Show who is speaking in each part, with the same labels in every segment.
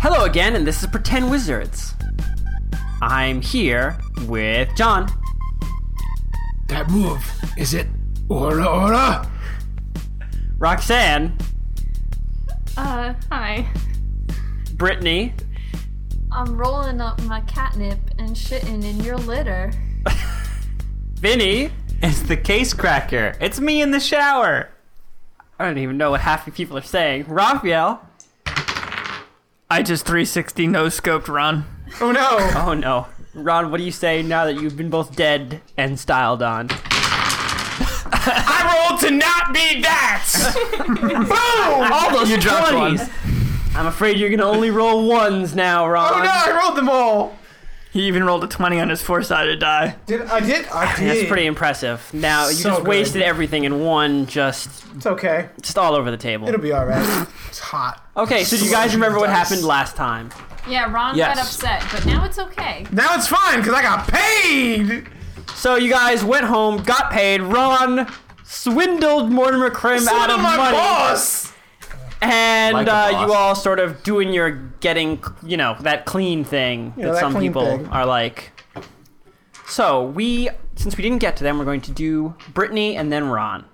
Speaker 1: Hello again, and this is Pretend Wizards. I'm here with John.
Speaker 2: That move, is it Aura Aura?
Speaker 1: Roxanne,
Speaker 3: Uh, hi.
Speaker 1: Brittany,
Speaker 3: I'm rolling up my catnip and shitting in your litter.
Speaker 1: Vinny.
Speaker 4: It's the case cracker. It's me in the shower.
Speaker 1: I don't even know what half the people are saying. Raphael.
Speaker 5: I just 360 no scoped Ron.
Speaker 4: Oh no.
Speaker 1: Oh no. Ron, what do you say now that you've been both dead and styled on?
Speaker 4: I rolled to not be that. Boom.
Speaker 1: All those
Speaker 5: You dropped
Speaker 1: 20s.
Speaker 5: one.
Speaker 1: I'm afraid you're gonna only roll ones now, Ron.
Speaker 4: Oh no, I rolled them all.
Speaker 5: He even rolled a 20 on his four sided die.
Speaker 4: Did I did? I did.
Speaker 1: That's pretty impressive. Now you
Speaker 4: So
Speaker 1: just
Speaker 4: good.
Speaker 1: wasted everything in one, just
Speaker 4: It's okay.
Speaker 1: just all over the table.
Speaker 4: It'll be all right. It's hot.
Speaker 1: Okay, so do you guys remember what
Speaker 4: Dice.
Speaker 1: happened last time?
Speaker 3: Yeah, Ron
Speaker 4: Yes.
Speaker 3: got upset, but now it's okay.
Speaker 4: Now it's fine because I got paid.
Speaker 1: So you guys went home, got paid. Ron swindled Mortimer Krim
Speaker 4: Out
Speaker 1: out of
Speaker 4: my
Speaker 1: money,
Speaker 4: boss.
Speaker 1: and
Speaker 4: Like a
Speaker 1: uh,
Speaker 4: boss.
Speaker 1: you all sort of doing your getting, you know, that clean thing
Speaker 4: know,
Speaker 1: that
Speaker 4: that
Speaker 1: some
Speaker 4: clean
Speaker 1: people
Speaker 4: thing.
Speaker 1: are like. So we, since we didn't get to them, we're going to do Brittany and then Ron.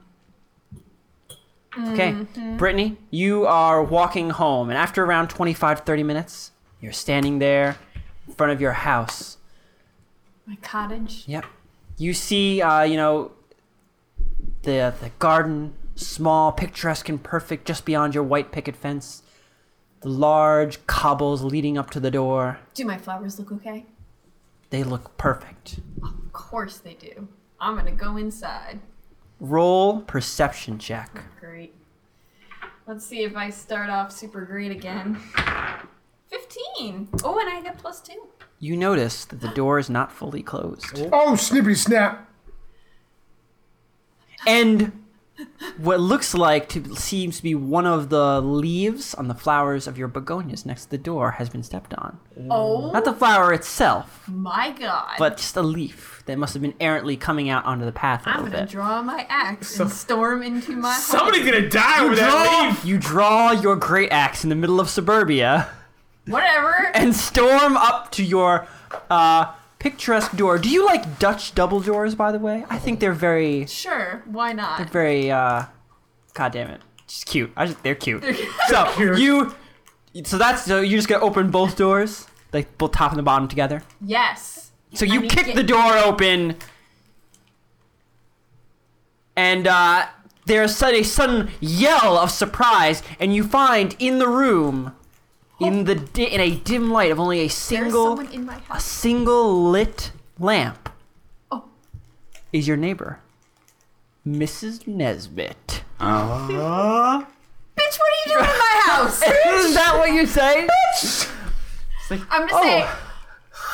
Speaker 1: Okay, Brittany, you are walking home, and after around 25, 30 minutes, you're standing there in front of your house.
Speaker 3: My cottage.
Speaker 1: Yep. You see, uh, you know, the the garden, small, picturesque, and perfect, just beyond your white picket fence. The large cobbles leading up to the door.
Speaker 3: Do my flowers look okay?
Speaker 1: They look perfect.
Speaker 3: Of course they do. I'm gonna go inside.
Speaker 1: Roll perception check.
Speaker 3: Great. Let's see if I start off super great again. 15! Oh, and I get plus two.
Speaker 1: You notice that the door is not fully closed.
Speaker 2: Oh, snippity snap.
Speaker 1: And what looks like to seems to be one of the leaves on the flowers of your begonias next to the door has been stepped on.
Speaker 3: Oh
Speaker 1: Not the flower itself,
Speaker 3: my god.
Speaker 1: but just a leaf that must have been errantly coming out onto the path a
Speaker 3: I'm
Speaker 1: little
Speaker 3: gonna
Speaker 1: bit.
Speaker 3: draw my axe and storm into my home.
Speaker 4: Somebody's gonna die over that
Speaker 1: Draw-
Speaker 4: leaf.
Speaker 1: you draw your great axe in the middle of suburbia
Speaker 3: Whatever.
Speaker 1: and storm up to your uh, picturesque door. Do you like Dutch double doors, by the way? I think they're very,
Speaker 3: Sure, why not?
Speaker 1: very. Uh, God damn it, just cute. I just, they're cute. so you, so that's so you're just gonna open both doors, like both top and the bottom together.
Speaker 3: Yes.
Speaker 1: So you
Speaker 3: mean,
Speaker 1: kick
Speaker 3: get-
Speaker 1: the door open, and uh, there's sud- a sudden yell of surprise, and you find in the room, in the di- in a dim light of only a
Speaker 3: There's
Speaker 1: single
Speaker 3: someone in my house.
Speaker 1: a single lit lamp,
Speaker 3: Oh.
Speaker 1: is your neighbor, Mrs. Nesbit.
Speaker 3: Bitch, what are you doing in my house?
Speaker 1: Isn't that what you say?
Speaker 3: I'm gonna say
Speaker 1: you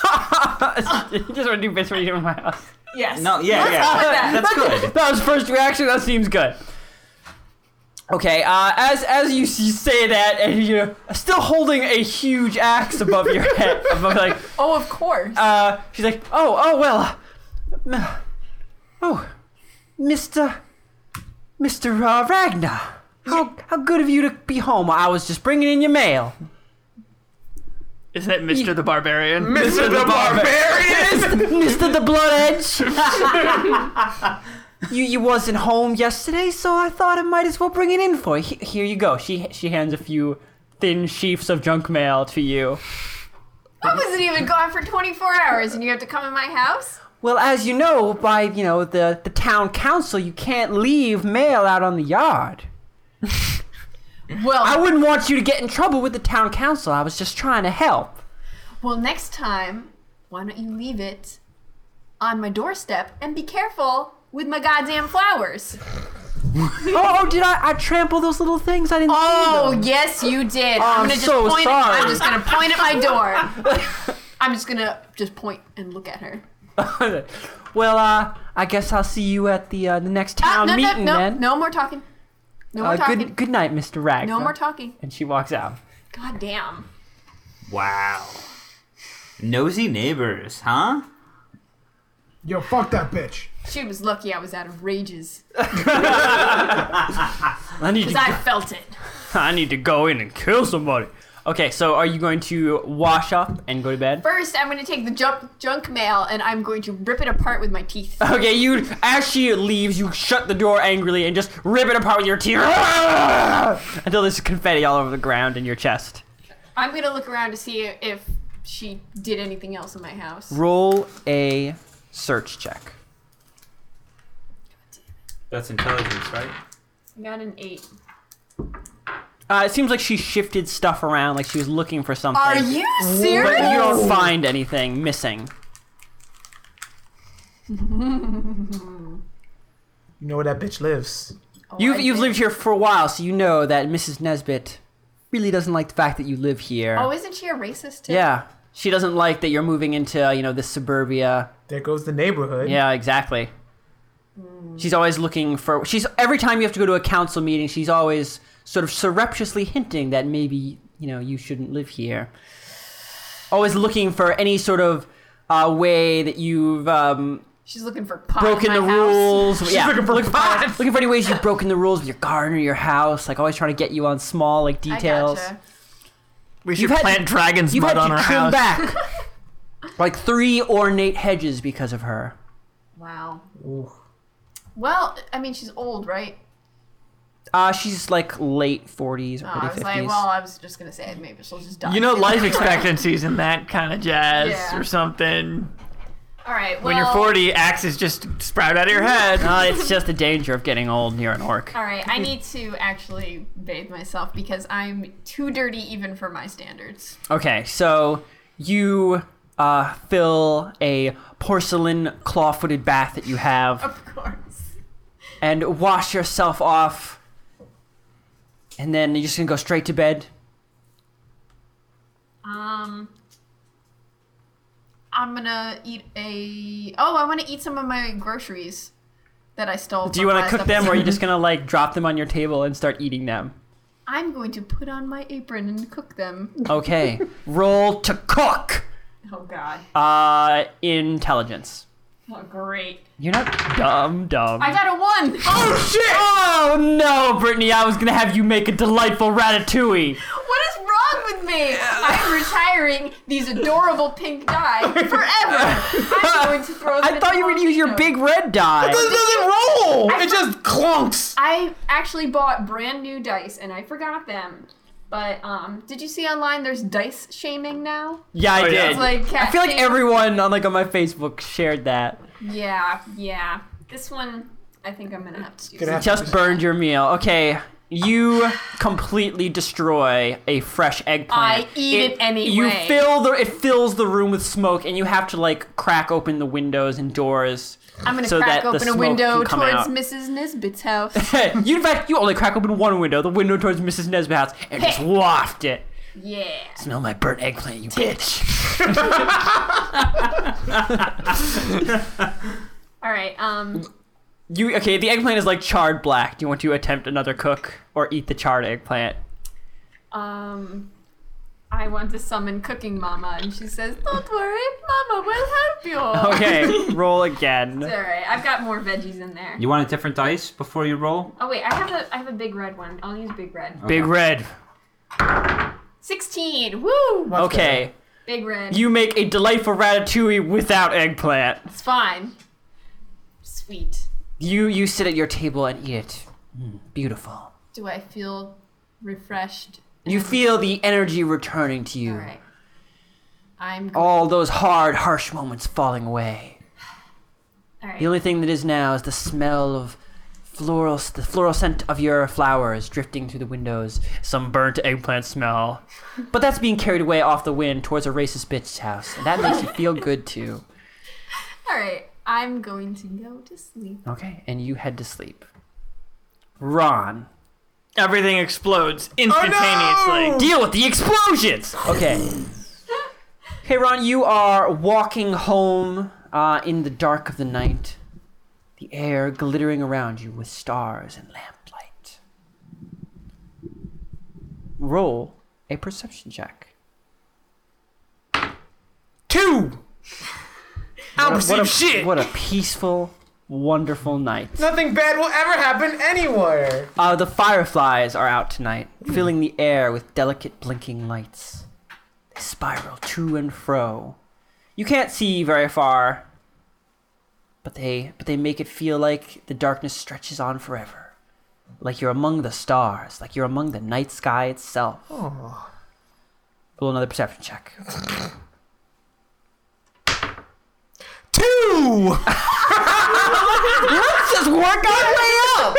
Speaker 1: just want to do bitch when you do in my house.
Speaker 3: yes.
Speaker 4: No, yeah,
Speaker 3: that.
Speaker 4: yeah. That's good.
Speaker 1: That was first reaction. That seems good. Okay, uh, as as you s- you say that, and you're still holding a huge axe above your head, above like,
Speaker 3: Oh, of course.
Speaker 1: uh, she's like, oh, oh well, uh, oh, Mister, Mister uh, Ragnar, how how good of you to be home. I was just bringing in your mail.
Speaker 5: Is that Mr. the Barbarian?
Speaker 4: Mr. the Barbarian.
Speaker 1: Mister the Blood Edge. you you wasn't home yesterday, so I thought I might as well bring it in for you. He- Here you go. She she hands a few thin sheafs of junk mail to you.
Speaker 3: I wasn't even gone for 24 hours, and you have to come in my house.
Speaker 1: Well, as you know, by you know the the town council, you can't leave mail out on the yard.
Speaker 3: Well,
Speaker 1: I wouldn't want you to get in trouble with the town council. I was just trying to help.
Speaker 3: well, next time, why don't you leave it on my doorstep and be careful with my goddamn flowers?
Speaker 1: Oh, oh, did I, I trample those little things? I didn't see
Speaker 3: Oh,
Speaker 1: them.
Speaker 3: yes, you did.
Speaker 1: Oh, I'm
Speaker 3: gonna just
Speaker 1: so
Speaker 3: point
Speaker 1: sorry.
Speaker 3: At, I'm just gonna point at my door. I'm just gonna just point and look at her.
Speaker 1: well, uh, I guess I'll see you at the uh, the next
Speaker 3: Ah,
Speaker 1: town
Speaker 3: no, no,
Speaker 1: meeting
Speaker 3: no,
Speaker 1: then.
Speaker 3: no more talking. No more
Speaker 1: Uh,
Speaker 3: talking.
Speaker 1: good good night, Mr. Rag.
Speaker 3: No more talking.
Speaker 1: and she walks out.
Speaker 3: God damn.
Speaker 4: Wow.
Speaker 6: Nosy neighbors, huh?
Speaker 2: Yo, fuck that bitch.
Speaker 3: She was lucky I was out of rages.
Speaker 1: I need to
Speaker 3: Because I felt it.
Speaker 1: I need to go in and kill somebody. Okay, so are you going to wash up and go to bed?
Speaker 3: First, I'm going to take the junk, junk mail and I'm going to rip it apart with my teeth.
Speaker 1: Okay, you as she leaves, you shut the door angrily and just rip it apart with your teeth Ah! until there's confetti all over the ground in your chest.
Speaker 3: I'm going to look around to see if she did anything else in my house.
Speaker 1: Roll a search check.
Speaker 6: That's intelligence, right?
Speaker 3: I got an eight.
Speaker 1: Uh, it seems like she shifted stuff around, like she was looking for something.
Speaker 3: Are you
Speaker 1: But you
Speaker 3: serious?
Speaker 1: don't find anything missing.
Speaker 7: You know where that bitch lives.
Speaker 1: You've
Speaker 3: Oh, I
Speaker 1: you've
Speaker 3: did.
Speaker 1: lived here for a while, so you know that Mrs. Nesbit really doesn't like the fact that you live here.
Speaker 3: Oh, isn't she a racist? Too?
Speaker 1: yeah, she doesn't like that you're moving into you know this suburbia.
Speaker 7: There goes the neighborhood.
Speaker 1: Yeah, exactly.
Speaker 3: Hmm.
Speaker 1: She's always looking for. She's every time you have to go to a council meeting, she's always sort of surreptitiously hinting that maybe you know you shouldn't live here. Always looking for any sort of uh, way that you've um,
Speaker 3: She's looking for pot
Speaker 1: broken the
Speaker 3: in my house.
Speaker 1: rules. yeah,
Speaker 7: looking for pot.
Speaker 1: looking for any ways you've broken the rules with your garden or your house. Like always trying to get you on small like
Speaker 3: I
Speaker 1: details.
Speaker 3: gotcha.
Speaker 5: We
Speaker 1: You've
Speaker 5: should
Speaker 1: had-
Speaker 5: plant dragon's
Speaker 1: You've
Speaker 5: mud
Speaker 1: had
Speaker 5: on
Speaker 1: to
Speaker 5: our
Speaker 1: trim
Speaker 5: house.
Speaker 1: back like three ornate hedges because of her.
Speaker 3: Wow. Well, I mean, she's old, right?
Speaker 1: Uh, she's like late 40s, early
Speaker 3: Oh, I was
Speaker 1: 50s.
Speaker 3: like, well, I was just gonna say maybe she'll just die.
Speaker 5: You know, life expectancies and that kind of jazz
Speaker 3: Yeah.
Speaker 5: or something.
Speaker 3: All right. Well,
Speaker 5: When you're 40, axes just sprout out of your head.
Speaker 1: Uh, it's just the danger of getting old near an orc.
Speaker 3: All right, I need to actually bathe myself because I'm too dirty even for my standards.
Speaker 1: Okay, so you uh, fill a porcelain claw footed bath that you have
Speaker 3: Of course.
Speaker 1: and wash yourself off. And then you're just gonna go straight to bed.
Speaker 3: Um. I'm gonna eat a. Oh, I want to eat some of my groceries that I stole.
Speaker 1: Do you
Speaker 3: want
Speaker 1: wanna cook them or are you just gonna like drop them on your table and start eating them?
Speaker 3: I'm going to put on my apron and cook them.
Speaker 1: Okay, roll to cook!
Speaker 3: Oh God.
Speaker 1: Uh, intelligence.
Speaker 3: Oh, great.
Speaker 1: You're not dumb, dumb.
Speaker 3: I got a one. Oh shit!
Speaker 1: Oh no, Brittany, I was gonna have you make a delightful ratatouille.
Speaker 3: What is wrong with me? I'm retiring these adorable pink dye forever. I'm going to throw. Them
Speaker 1: I thought you were gonna use your big red die.
Speaker 7: It doesn't roll. it just clunks.
Speaker 3: I actually bought brand new dice and I forgot them. But um, did you see online? There's dice shaming now.
Speaker 1: Yeah, I
Speaker 5: yeah.
Speaker 1: did.
Speaker 3: It's like cat
Speaker 1: I feel like
Speaker 3: shaming.
Speaker 1: everyone on like on my Facebook shared that.
Speaker 3: Yeah, yeah. This one, I think I'm gonna have to do.
Speaker 7: Gonna
Speaker 3: some-
Speaker 7: have-
Speaker 1: Just burned your meal. Okay, you completely destroy a fresh eggplant.
Speaker 3: I eat it anyway.
Speaker 1: You fill the it fills the room with smoke, and you have to like crack open the windows and doors.
Speaker 3: I'm gonna
Speaker 1: so that
Speaker 3: crack
Speaker 1: the
Speaker 3: open a
Speaker 1: smoke
Speaker 3: window
Speaker 1: can come
Speaker 3: towards
Speaker 1: out.
Speaker 3: Mrs. Nisbet's house.
Speaker 1: you in fact you only crack open one window, the window towards Mrs. Nesbitt's house, and just waft it.
Speaker 3: yeah.
Speaker 1: Smell my burnt eggplant, you bitch.
Speaker 3: All right. Um.
Speaker 1: You okay? The eggplant is like charred black. Do you want to attempt another cook or eat the charred eggplant?
Speaker 3: um I want to summon Cooking Mama, and she says, "Don't worry, Mama will help you."
Speaker 1: Okay, roll again.
Speaker 3: All right, I've got more veggies in there.
Speaker 6: You want a different dice before you roll?
Speaker 3: Oh wait, I have a I have a big red one. I'll use big red.
Speaker 1: Big red.
Speaker 3: Sixteen. Woo!
Speaker 1: Okay,
Speaker 3: Big red.
Speaker 1: Oh. you make a delightful ratatouille without eggplant.
Speaker 3: It's fine. Sweet.
Speaker 1: You you sit at your table and eat it. Mm, beautiful.
Speaker 3: Do I feel refreshed?
Speaker 1: You feel the energy returning to you.
Speaker 3: All right. I'm. All
Speaker 1: All those hard, harsh moments falling away.
Speaker 3: right.
Speaker 1: The only thing that is now is the smell of floral, the floral scent of your flowers drifting through the windows. Some burnt eggplant smell. But that's being carried away off the wind towards a racist bitch's house. And that makes you feel good too.
Speaker 3: All right. I'm going to go to sleep.
Speaker 1: Okay, and you head to sleep. Ron,
Speaker 5: Everything explodes instantaneously.
Speaker 1: deal with the explosions! Okay. Hey, Ron, you are walking home uh, in the dark of the night, the air glittering around you with stars and lamplight. Roll a perception check.
Speaker 7: Two. I don't perceive
Speaker 1: What a,
Speaker 7: shit.
Speaker 1: what a peaceful wonderful night.
Speaker 7: Nothing bad will ever happen anywhere.
Speaker 1: Uh, the fireflies are out tonight, filling the air with delicate blinking lights. They spiral to and fro. You can't see very far, but they but they make it feel like the darkness stretches on forever. Like you're among the stars, like you're among the night sky itself. Roll another perception check.
Speaker 7: Two.
Speaker 1: Just work our way up.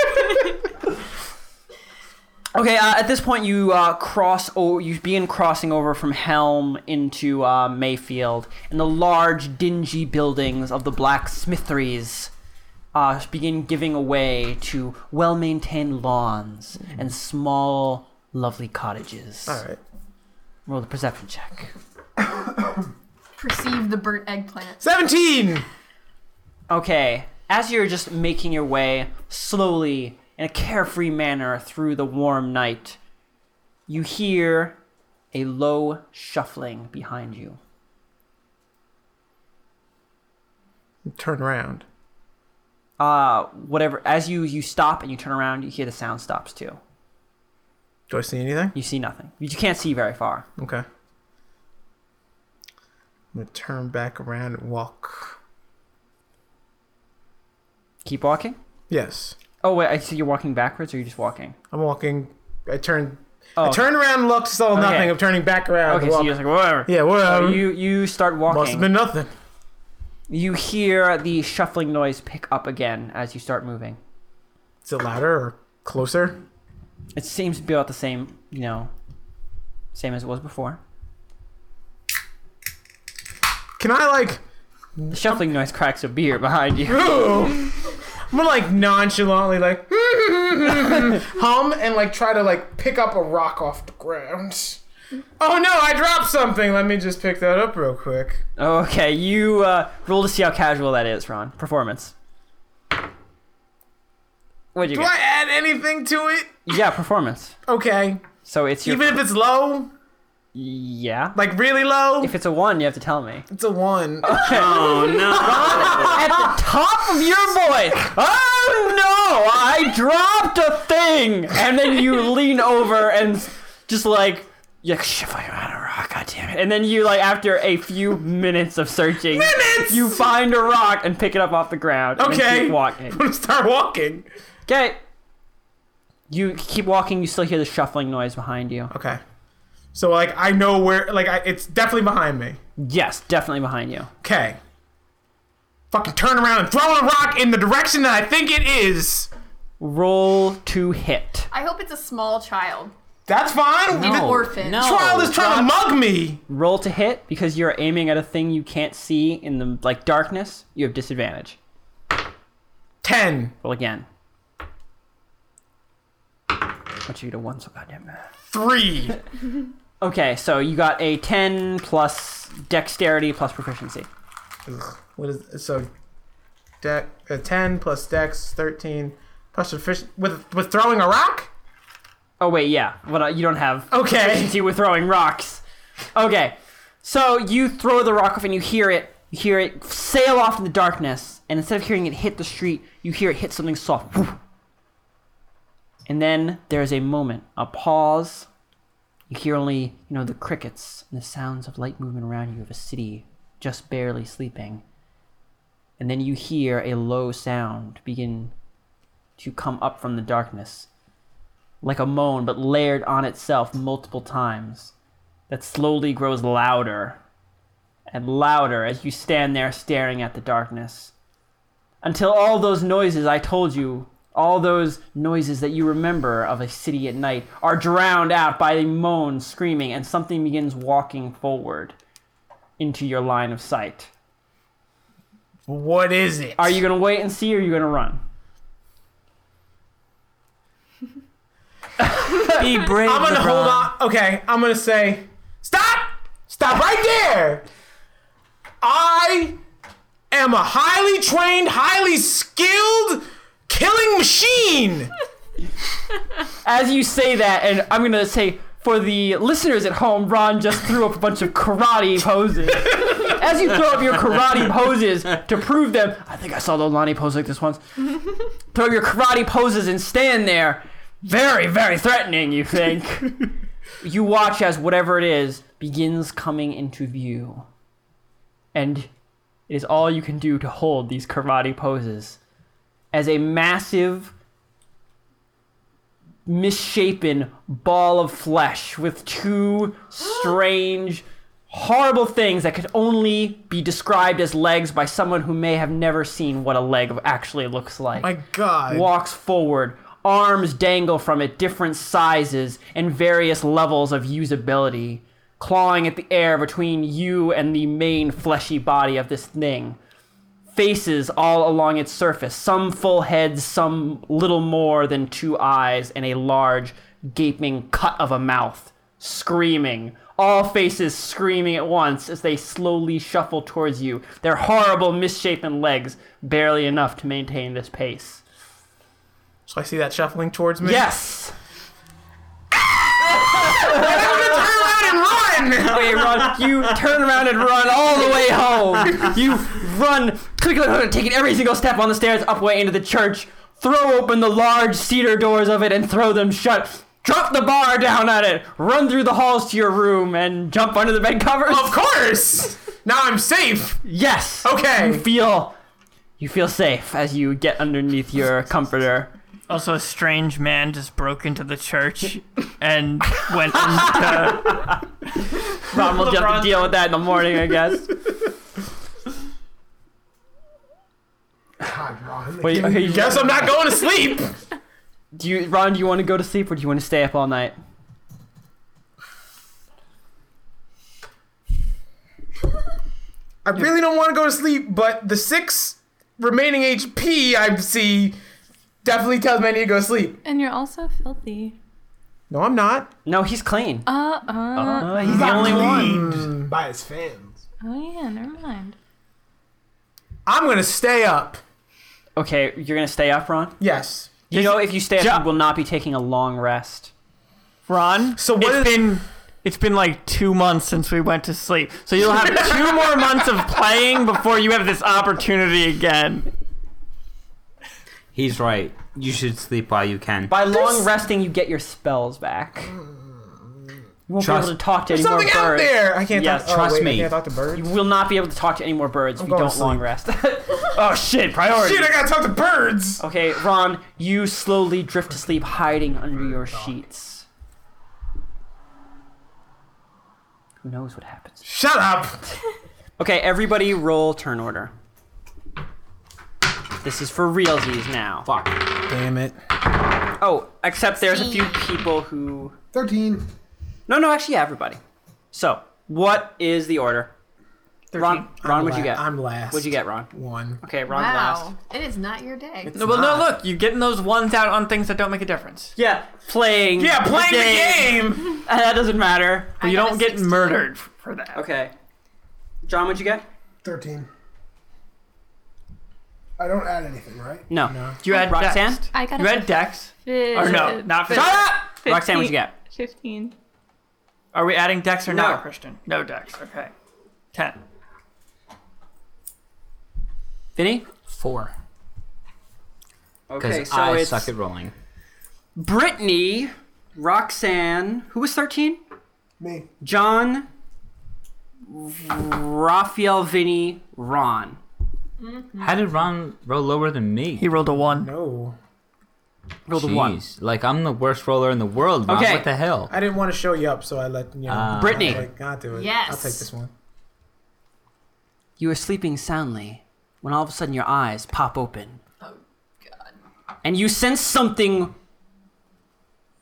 Speaker 1: okay, uh, at this point, you uh, cross. O- you begin crossing over from Helm into uh, Mayfield, and the large, dingy buildings of the Black Smitheries uh, begin giving away to well-maintained lawns and small, lovely cottages.
Speaker 7: All right.
Speaker 1: Roll the perception check.
Speaker 3: Perceive the burnt eggplant.
Speaker 7: Seventeen.
Speaker 1: Okay, as you're just making your way slowly in a carefree manner through the warm night, you hear a low shuffling behind you.
Speaker 7: Turn around.
Speaker 1: Uh, whatever. As you you stop and you turn around, you hear the sound stops too.
Speaker 7: Do I see anything?
Speaker 1: You see nothing. You can't see very far.
Speaker 7: Okay. I'm gonna turn back around and walk.
Speaker 1: Keep walking.
Speaker 7: Yes.
Speaker 1: Oh wait, I see you're walking backwards, or you're just walking.
Speaker 7: I'm walking. I turn.
Speaker 1: Oh,
Speaker 7: I turn around and look, saw nothing. I'm turning back around.
Speaker 1: Okay,
Speaker 7: and
Speaker 1: so
Speaker 7: walk.
Speaker 1: you're just like whatever.
Speaker 7: yeah,
Speaker 1: So
Speaker 7: well,
Speaker 1: you you start walking.
Speaker 7: must have been nothing.
Speaker 1: You hear the shuffling noise pick up again as you start moving.
Speaker 7: Is it louder or closer?
Speaker 1: It seems to be about the same, you know, same as it was before.
Speaker 7: Can I like?
Speaker 1: The shuffling noise cracks a beer behind you.
Speaker 7: Ooh. I'm gonna like nonchalantly like hum and like try to like pick up a rock off the ground. Oh no, I dropped something. Let me just pick that up real quick.
Speaker 1: Okay, you uh, roll to see how casual that is, Ron. Performance. What'd you
Speaker 7: Do
Speaker 1: get?
Speaker 7: I add anything to it?
Speaker 1: Yeah, performance.
Speaker 7: Okay.
Speaker 1: So it's your
Speaker 7: Even if it's low,
Speaker 1: yeah.
Speaker 7: like really low,
Speaker 1: If it's a one, you have to tell me.
Speaker 7: it's a one.
Speaker 6: Oh no!
Speaker 1: At the top of your voice. Oh no! I dropped a thing, and then you lean over and just like. You're like, shit, fuck, I found a rock, God damn it. And then you, like, after a few minutes of searching,
Speaker 7: Minutes!
Speaker 1: you find a rock and pick it up off the ground. and then
Speaker 7: Okay.
Speaker 1: keep walking.
Speaker 7: I'm gonna start walking.
Speaker 1: Okay. You keep walking, you still hear the shuffling noise behind you.
Speaker 7: Okay. So like I know where like I, it's definitely behind me.
Speaker 1: Yes, definitely behind you.
Speaker 7: Okay. Fucking turn around and throw a rock in the direction that I think it is.
Speaker 1: Roll to hit.
Speaker 3: I hope it's a small child.
Speaker 7: That's fine.
Speaker 3: An
Speaker 7: The
Speaker 3: orphan.
Speaker 1: no.
Speaker 7: Child is trying to mug me.
Speaker 1: Roll to hit because you're aiming at a thing you can't see in the like darkness. You have disadvantage.
Speaker 7: Ten.
Speaker 1: Roll again. I want you to one so goddamn bad.
Speaker 7: Three.
Speaker 1: Okay, so you got a ten plus dexterity plus proficiency.
Speaker 7: what is so? Deck uh, ten plus dex thirteen plus efficient with with throwing a rock.
Speaker 1: Oh wait, yeah. Well, uh, you don't have
Speaker 7: Okay.
Speaker 1: proficiency with throwing rocks. Okay, so you throw the rock off and you hear it. You hear it sail off in the darkness, and instead of hearing it hit the street, you hear it hit something soft. Woof. And then there is a moment, a pause. You hear only, you know, the crickets and the sounds of light movement around you of a city just barely sleeping. And then you hear a low sound begin to come up from the darkness like a moan, but layered on itself multiple times, that slowly grows louder and louder as you stand there staring at the darkness. Until all those noises I told you, all those noises that you remember of a city at night, are drowned out by a moan, screaming, and something begins walking forward into your line of sight.
Speaker 7: What is it?
Speaker 1: Are you going to wait and see, or are you going to run? Be brave.
Speaker 7: I'm gonna hold on. Okay, I'm gonna say, stop, stop right there. I am a highly trained, highly skilled killing machine.
Speaker 1: as you say that, and I'm gonna say for the listeners at home, Ron just threw up a bunch of karate poses. as you throw up your karate poses to prove them, I think I saw Lonnie pose like this once. throw up your karate poses and stand there, very, very threatening. You think? you watch as whatever it is begins coming into view, and it is all you can do to hold these karate poses as a massive misshapen ball of flesh with two strange, horrible things that could only be described as legs by someone who may have never seen what a leg actually looks like.
Speaker 7: My God.
Speaker 1: Walks forward, arms dangle from it, different sizes and various levels of usability, clawing at the air between you and the main fleshy body of this thing faces all along its surface, some full heads, some little more than two eyes, and a large, gaping cut of a mouth, screaming. All faces screaming at once as they slowly shuffle towards you, their horrible, misshapen legs barely enough to maintain this pace.
Speaker 7: So I see that shuffling towards me.
Speaker 1: Yes!
Speaker 7: Turn around and run.
Speaker 1: Hey, Ron, you turn around and run all the way home. You run, quickly, taking every single step on the stairs up way into the church. Throw open the large cedar doors of it and throw them shut. Drop the bar down at it. Run through the halls to your room and jump under the bed covers.
Speaker 7: Of course. Now I'm safe.
Speaker 1: Yes.
Speaker 7: Okay.
Speaker 1: You feel, you feel safe as you get underneath your comforter.
Speaker 5: Also, a strange man just broke into the church and went into.
Speaker 1: Ron will have to deal with that in the morning, I guess.
Speaker 2: God, Ron.
Speaker 1: Wait, okay, you-
Speaker 7: Guess I'm not going to sleep.
Speaker 1: Do you, Ron? Do you want to go to sleep or do you want to stay up all night?
Speaker 7: I really don't want to go to sleep, but the six remaining HP I see definitely tells me I need to go to sleep.
Speaker 8: And you're also filthy.
Speaker 7: No, I'm not.
Speaker 1: No, he's clean.
Speaker 8: Uh uh.
Speaker 1: Uh, he's the only one.
Speaker 7: Mm.
Speaker 2: one. By his fans.
Speaker 8: Oh yeah, never mind.
Speaker 7: I'm gonna stay up.
Speaker 1: Okay, you're gonna stay up, Ron.
Speaker 7: Yes.
Speaker 1: You know, if you stay up,
Speaker 5: Ja-
Speaker 1: you will not be taking a long rest.
Speaker 5: Ron,
Speaker 7: So what
Speaker 5: it's
Speaker 7: is-
Speaker 5: been it's been like two months since we went to sleep. So you'll have two more months of playing before you have this opportunity again.
Speaker 6: He's right. You should sleep while you can.
Speaker 1: By long resting, you get your spells back. You won't
Speaker 6: Trust-
Speaker 1: be able to talk to any more
Speaker 7: Something
Speaker 1: birds.
Speaker 7: out there. I can't.
Speaker 1: Yes,
Speaker 7: talk, oh,
Speaker 6: trust
Speaker 7: wait,
Speaker 6: me.
Speaker 7: I can't talk to birds.
Speaker 1: You will not be able to talk to any more birds if you
Speaker 7: going
Speaker 1: don't
Speaker 7: to
Speaker 1: long
Speaker 7: sleep.
Speaker 1: rest. oh shit! Priority.
Speaker 7: Shit, I gotta talk to birds.
Speaker 1: okay, Ron, you slowly drift to sleep, hiding under your sheets. Who knows what happens?
Speaker 7: Shut up.
Speaker 1: Okay, everybody roll turn order. This is for realsies now. Fuck.
Speaker 7: Damn it.
Speaker 1: Oh, except there's a few people who.
Speaker 2: 13.
Speaker 1: No, no, actually, yeah, everybody. So, what is the order? Ron, Ron, what'd you get?
Speaker 7: I'm last.
Speaker 1: What'd you get, Ron?
Speaker 7: One.
Speaker 1: Okay, Ron last.
Speaker 3: Wow. It is not your day.
Speaker 5: No, well, no, look, you're getting those ones out on things that don't make a difference.
Speaker 1: Yeah, playing.
Speaker 7: Yeah, playing the game.
Speaker 1: Uh, that doesn't matter.
Speaker 3: I
Speaker 5: you
Speaker 3: got a
Speaker 5: don't get
Speaker 3: 16.
Speaker 5: murdered f- for that.
Speaker 1: Okay. John, what'd you get?
Speaker 2: 13. I don't add anything, right?
Speaker 1: No.
Speaker 5: You had
Speaker 1: Roxanne?
Speaker 5: Dex.
Speaker 8: I got
Speaker 5: You had Dex. Or Oh, no, not Shut up!
Speaker 1: Roxanne, what'd you get?
Speaker 8: Fifteen.
Speaker 5: Are we adding Dex or
Speaker 1: No.
Speaker 5: not, Christian? No Dex. Okay. Ten.
Speaker 1: Vinny?
Speaker 6: Four. Because
Speaker 1: Okay, so
Speaker 6: I
Speaker 1: it's
Speaker 6: suck at rolling.
Speaker 1: Brittany, Roxanne, who was 13?
Speaker 2: Me.
Speaker 1: John, Raphael, Vinny, Ron.
Speaker 6: How did Ron roll lower than me?
Speaker 5: He rolled a one.
Speaker 7: No,
Speaker 1: Roll the one.
Speaker 6: Jeez, Like I'm the worst roller in the world. Ron.
Speaker 1: Okay.
Speaker 6: What the hell?
Speaker 7: I didn't want to show you up, so I let you know.
Speaker 6: Uh,
Speaker 1: Ah. Brittany.
Speaker 7: Like, God, do it.
Speaker 3: Yes.
Speaker 7: I'll take this one.
Speaker 1: You are sleeping soundly when all of a sudden your eyes pop open. Oh, God. And you sense something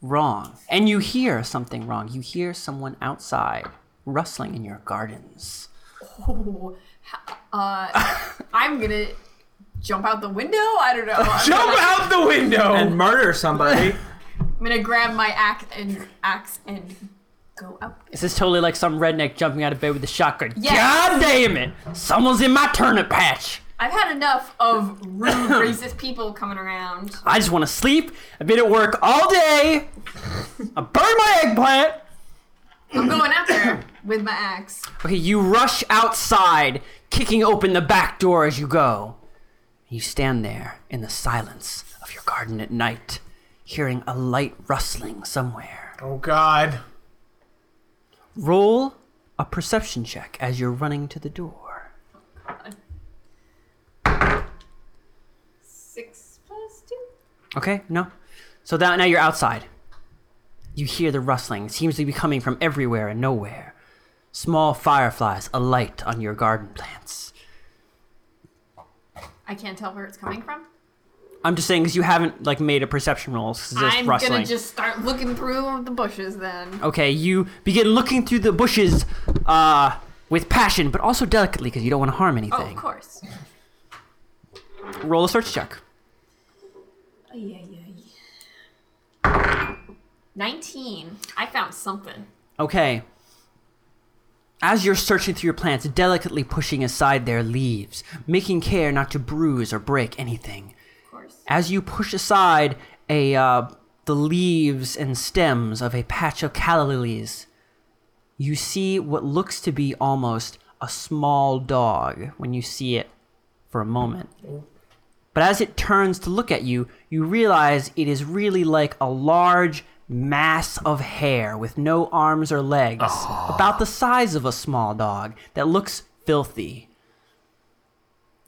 Speaker 1: wrong. And you hear something wrong. You hear someone outside rustling in your gardens.
Speaker 3: uh, I'm gonna jump out the window. I don't know. I'm
Speaker 7: Jump out the window.
Speaker 6: And murder somebody.
Speaker 3: I'm gonna grab my axe and axe and go out.
Speaker 1: This is totally like some redneck jumping out of bed with a shotgun.
Speaker 3: Yes.
Speaker 1: God damn it! Someone's in my turnip patch!
Speaker 3: I've had enough of rude, racist people coming around.
Speaker 1: I just want to sleep. I've been at work all day. I burned my eggplant.
Speaker 3: I'm going out there with my axe.
Speaker 1: Okay, you rush outside, kicking open the back door as you go. You stand there in the silence of your garden at night, hearing a light rustling somewhere.
Speaker 7: Oh God.
Speaker 1: Roll a perception check as you're running to the door.
Speaker 3: Six plus two.
Speaker 1: Okay, no. So that, now you're outside. You hear the rustling. It seems to be coming from everywhere and nowhere. Small fireflies alight on your garden plants.
Speaker 3: I can't tell where it's coming from.
Speaker 1: I'm just saying because you haven't like made a perception roll. 'cause It's just
Speaker 3: I'm
Speaker 1: rustling.
Speaker 3: gonna just start looking through the bushes then.
Speaker 1: Okay, you begin looking through the bushes uh, with passion, but also delicately because you don't want to harm
Speaker 3: Oh, of
Speaker 1: anything.
Speaker 3: course.
Speaker 1: Roll a search check.
Speaker 3: Ay, ay, ay. Nineteen. I found something.
Speaker 1: Okay. As you're searching through your plants, delicately pushing aside their leaves, making care not to bruise or break anything,
Speaker 3: Of course.
Speaker 1: as you push aside a uh, the leaves and stems of a patch of calla lilies, you see what looks to be almost a small dog when you see it for a moment. But as it turns to look at you, you realize it is really like a large mass of hair with no arms or legs, about the size of a small dog that looks filthy.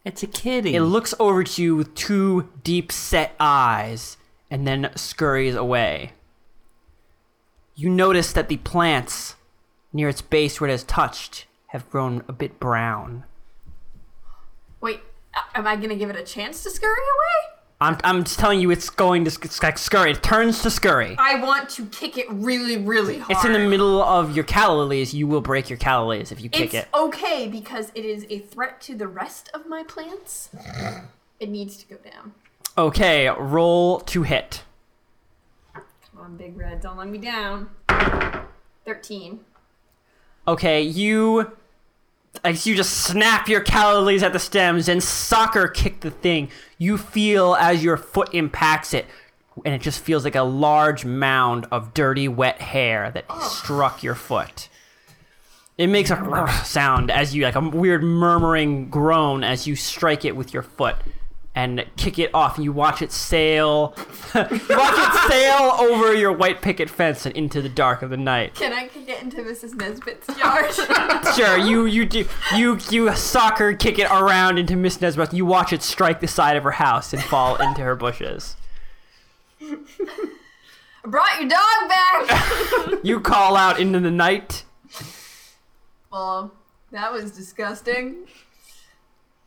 Speaker 6: It's a kitty.
Speaker 1: It looks over to you with two deep set eyes and then scurries away. You notice that the plants near its base where it has touched have grown a bit brown.
Speaker 3: Wait, a- am I gonna give it a chance to scurry away?
Speaker 1: I'm, I'm just telling you, it's going to sc- it's like scurry. It turns to scurry.
Speaker 3: I want to kick it really, really hard.
Speaker 1: It's in the middle of your calla lilies. You will break your calla lilies if you kick
Speaker 3: It's
Speaker 1: it.
Speaker 3: okay because it is a threat to the rest of my plants. it needs to go down.
Speaker 1: Okay, roll to hit.
Speaker 3: Come on, Big Red, don't let me down. Thirteen.
Speaker 1: Okay, you as you just snap your calories at the stems and soccer kick the thing. You feel as your foot impacts it, and it just feels like a large mound of dirty, wet hair that struck your foot. It makes a sound as you like a weird murmuring groan as you strike it with your foot and kick it off. And you watch it sail, watch it sail over your white picket fence and into the dark of the night
Speaker 3: Can I kick it into Mrs. Nesbit's yard?
Speaker 1: sure, you you do you you soccer kick it around into Miss Nesbeth. You watch it strike the side of her house and fall into her bushes.
Speaker 3: I brought your dog back.
Speaker 1: You call out into the night.
Speaker 3: well, that was disgusting.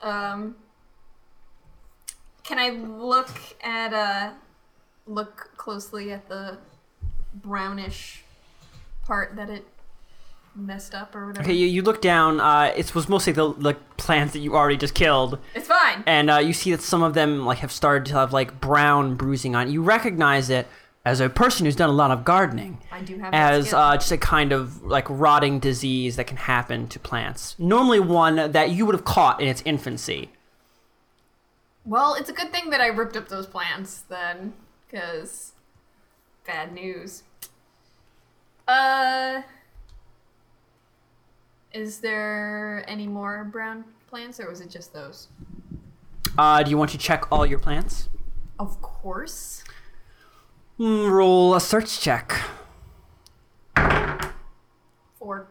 Speaker 3: Um, can I look at uh, look closely at the brownish part that it messed up or whatever?
Speaker 1: Okay, you, you look down. Uh, it was mostly the the plants that you already just killed,
Speaker 3: It's fine.
Speaker 1: and uh, you see that some of them like have started to have like brown bruising on. it. You recognize it as a person who's done a lot of gardening.
Speaker 3: I do have that
Speaker 1: as
Speaker 3: skill.
Speaker 1: uh, just a kind of like rotting disease that can happen to plants. Normally, one that you would have caught in its infancy.
Speaker 3: Well, it's a good thing that I ripped up those plans then, because bad news. Uh, is there any more brown plants, or was it just those?
Speaker 1: Uh, do you want to check all your plants?
Speaker 3: Of course.
Speaker 1: Mm, Roll a search check.
Speaker 3: Or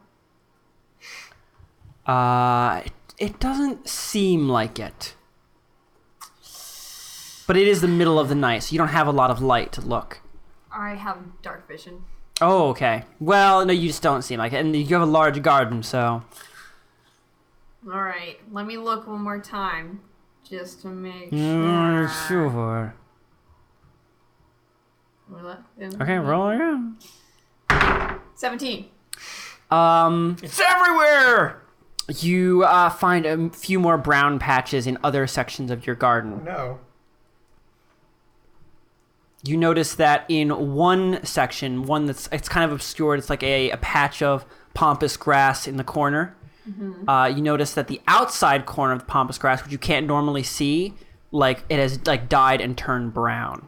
Speaker 1: Uh, it, it doesn't seem like it. But it is the middle of the night, so you don't have a lot of light to look.
Speaker 3: I have dark vision.
Speaker 1: Oh, okay. Well, no, you just don't seem like it. And you have a large garden, so.
Speaker 3: All right, let me look one more time, just to make sure.
Speaker 1: Sure.
Speaker 3: Okay.
Speaker 1: Okay, roll again.
Speaker 3: Seventeen.
Speaker 1: Um,
Speaker 7: It's everywhere.
Speaker 1: you uh, find a few more brown patches in other sections of your garden.
Speaker 7: No.
Speaker 1: you notice that in one section, one that's it's kind of obscured, it's like a, a patch of pompous grass in the corner. Uh, you notice that the outside corner of the pompous grass, which you can't normally see, like it has like died and turned brown,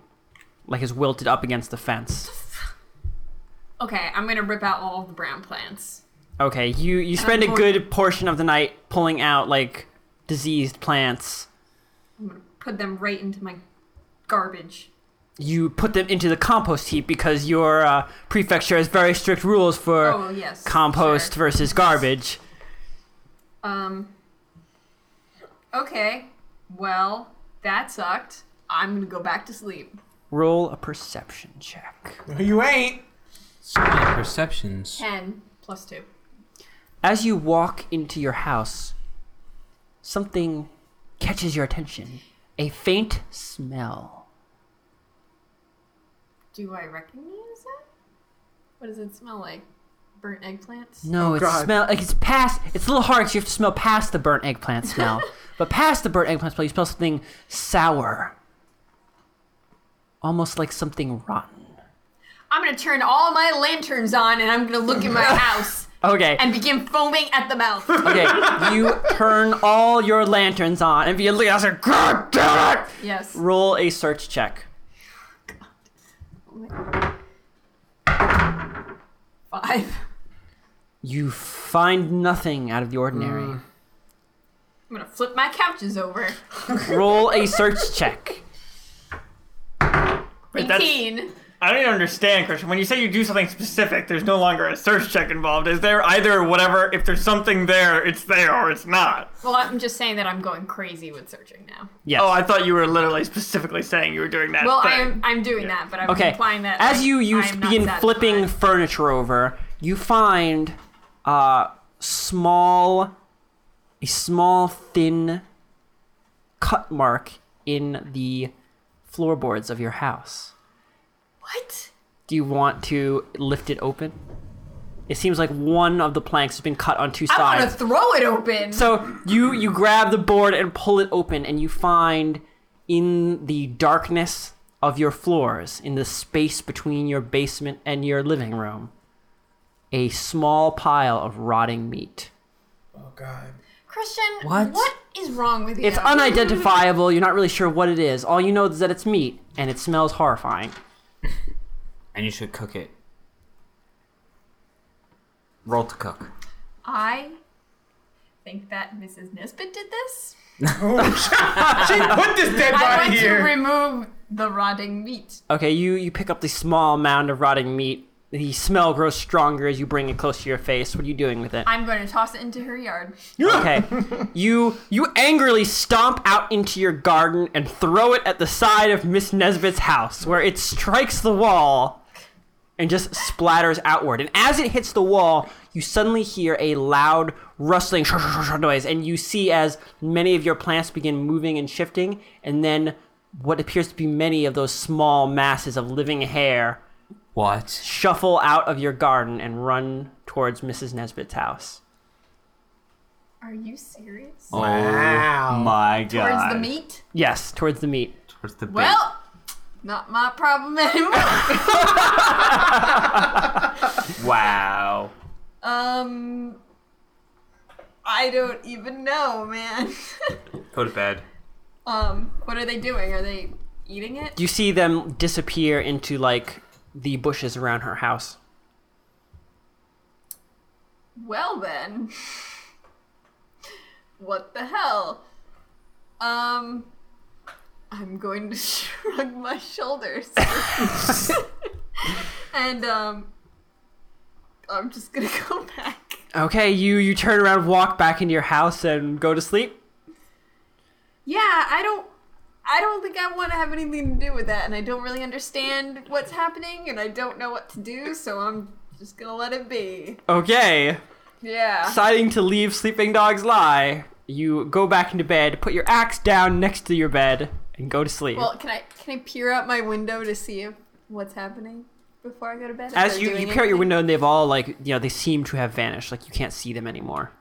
Speaker 1: like is wilted up against the fence.
Speaker 3: Okay, I'm gonna rip out all of the brown plants.
Speaker 1: Okay, you you spend a
Speaker 3: I'm
Speaker 1: good portion of the night pulling out like diseased plants.
Speaker 3: Put them right into my garbage.
Speaker 1: You put them into the compost heap because your uh, prefecture has very strict rules for
Speaker 3: Oh yes.
Speaker 1: compost
Speaker 3: sure.
Speaker 1: versus garbage.
Speaker 3: Um. Okay. Well, that sucked. I'm gonna go back to sleep.
Speaker 1: Roll a perception check.
Speaker 7: No, you ain't.
Speaker 6: Perceptions.
Speaker 3: Ten plus two.
Speaker 1: As you walk into your house, something catches your attention. A faint smell.
Speaker 3: Do I recognize it? What does it smell like? Burnt eggplants?
Speaker 1: No, it's
Speaker 2: God.
Speaker 1: smell like it's past it's a little hard because you have to smell past the burnt eggplant smell. but past the burnt eggplant smell you smell something sour. Almost like something rotten.
Speaker 3: I'm gonna turn all my lanterns on and I'm gonna look in my house
Speaker 1: Okay.
Speaker 3: and begin foaming at the mouth.
Speaker 1: Okay. you turn all your lanterns on and you look at us like God damn it!
Speaker 3: Yes.
Speaker 1: Roll a search check.
Speaker 3: Five.
Speaker 1: You find nothing out of the ordinary.
Speaker 3: Mm. I'm gonna flip my couches over.
Speaker 1: Roll a search check.
Speaker 5: that's-
Speaker 3: 18.
Speaker 5: I don't even understand, Christian. When you say you do something specific, there's no longer a search check involved. Is there either whatever, if there's something there, it's there or it's not?
Speaker 3: Well, I'm just saying that I'm going crazy with searching now.
Speaker 1: Yes.
Speaker 5: Oh, I thought you were literally specifically saying you were doing that.
Speaker 3: Well,
Speaker 5: thing.
Speaker 3: I'm I'm doing that, but I'm
Speaker 1: Okay.
Speaker 3: implying that
Speaker 1: As
Speaker 3: like,
Speaker 1: you you
Speaker 3: I am not
Speaker 1: begin
Speaker 3: satisfied.
Speaker 1: flipping furniture over, you find uh, small a small thin cut mark in the floorboards of your house.
Speaker 3: What?
Speaker 1: Do you want to lift it open? It seems like one of the planks has been cut on two
Speaker 3: I
Speaker 1: sides.
Speaker 3: want to throw it open.
Speaker 1: So you you grab the board and pull it open, and you find in the darkness of your floors, in the space between your basement and your living room, a small pile of rotting meat.
Speaker 2: Oh God.
Speaker 3: Christian,
Speaker 6: What?
Speaker 3: what is wrong with you?
Speaker 1: It's unidentifiable. You're not really sure what it is. All you know is that it's meat, and it smells horrifying.
Speaker 6: And you should cook it. Roll to cook.
Speaker 3: I think that Mrs. Nesbit did this.
Speaker 7: She put this dead
Speaker 3: I want
Speaker 7: body
Speaker 3: to
Speaker 7: here.
Speaker 3: remove the rotting meat.
Speaker 1: Okay, you you pick up the small mound of rotting meat. The smell grows stronger as you bring it close to your face. What are you doing with it?
Speaker 3: I'm going to toss it into her yard.
Speaker 1: Okay. you you angrily stomp out into your garden and throw it at the side of Miss Nesbit's house, where it strikes the wall and just splatters outward. And as it hits the wall, you suddenly hear a loud rustling noise, and you see as many of your plants begin moving and shifting, and then what appears to be many of those small masses of living hair
Speaker 6: What?
Speaker 1: shuffle out of your garden and run towards Mrs. Nesbit's house.
Speaker 3: Are you serious?
Speaker 6: Wow. Oh my god.
Speaker 3: Towards the meat?
Speaker 1: Yes, towards the meat.
Speaker 6: Towards the bait.
Speaker 3: Well, not my problem anymore.
Speaker 6: Wow.
Speaker 3: um, I don't even know, man.
Speaker 6: Go to bed.
Speaker 3: um, what are they doing? Are they eating it?
Speaker 1: you see them disappear into like the bushes around her house.
Speaker 3: Well then. What the hell? Um I'm going to shrug my shoulders. and um I'm just going to go back.
Speaker 1: Okay, you you turn around, walk back into your house, and go to sleep.
Speaker 3: Yeah, I don't I don't think I want to have anything to do with that and I don't really understand what's happening and I don't know what to do, so I'm just going to let it be.
Speaker 1: Okay,
Speaker 3: Yeah.
Speaker 1: deciding to leave sleeping dogs lie. You go back into bed, put your axe down next to your bed, and go to sleep.
Speaker 3: Well, can I can I peer out my window to see if what's happening before I go to bed? if
Speaker 1: As
Speaker 3: they're
Speaker 1: you, you
Speaker 3: doing
Speaker 1: peer out your
Speaker 3: anything?
Speaker 1: window, and they've all like you know they seem to have vanished. Like you can't see them anymore.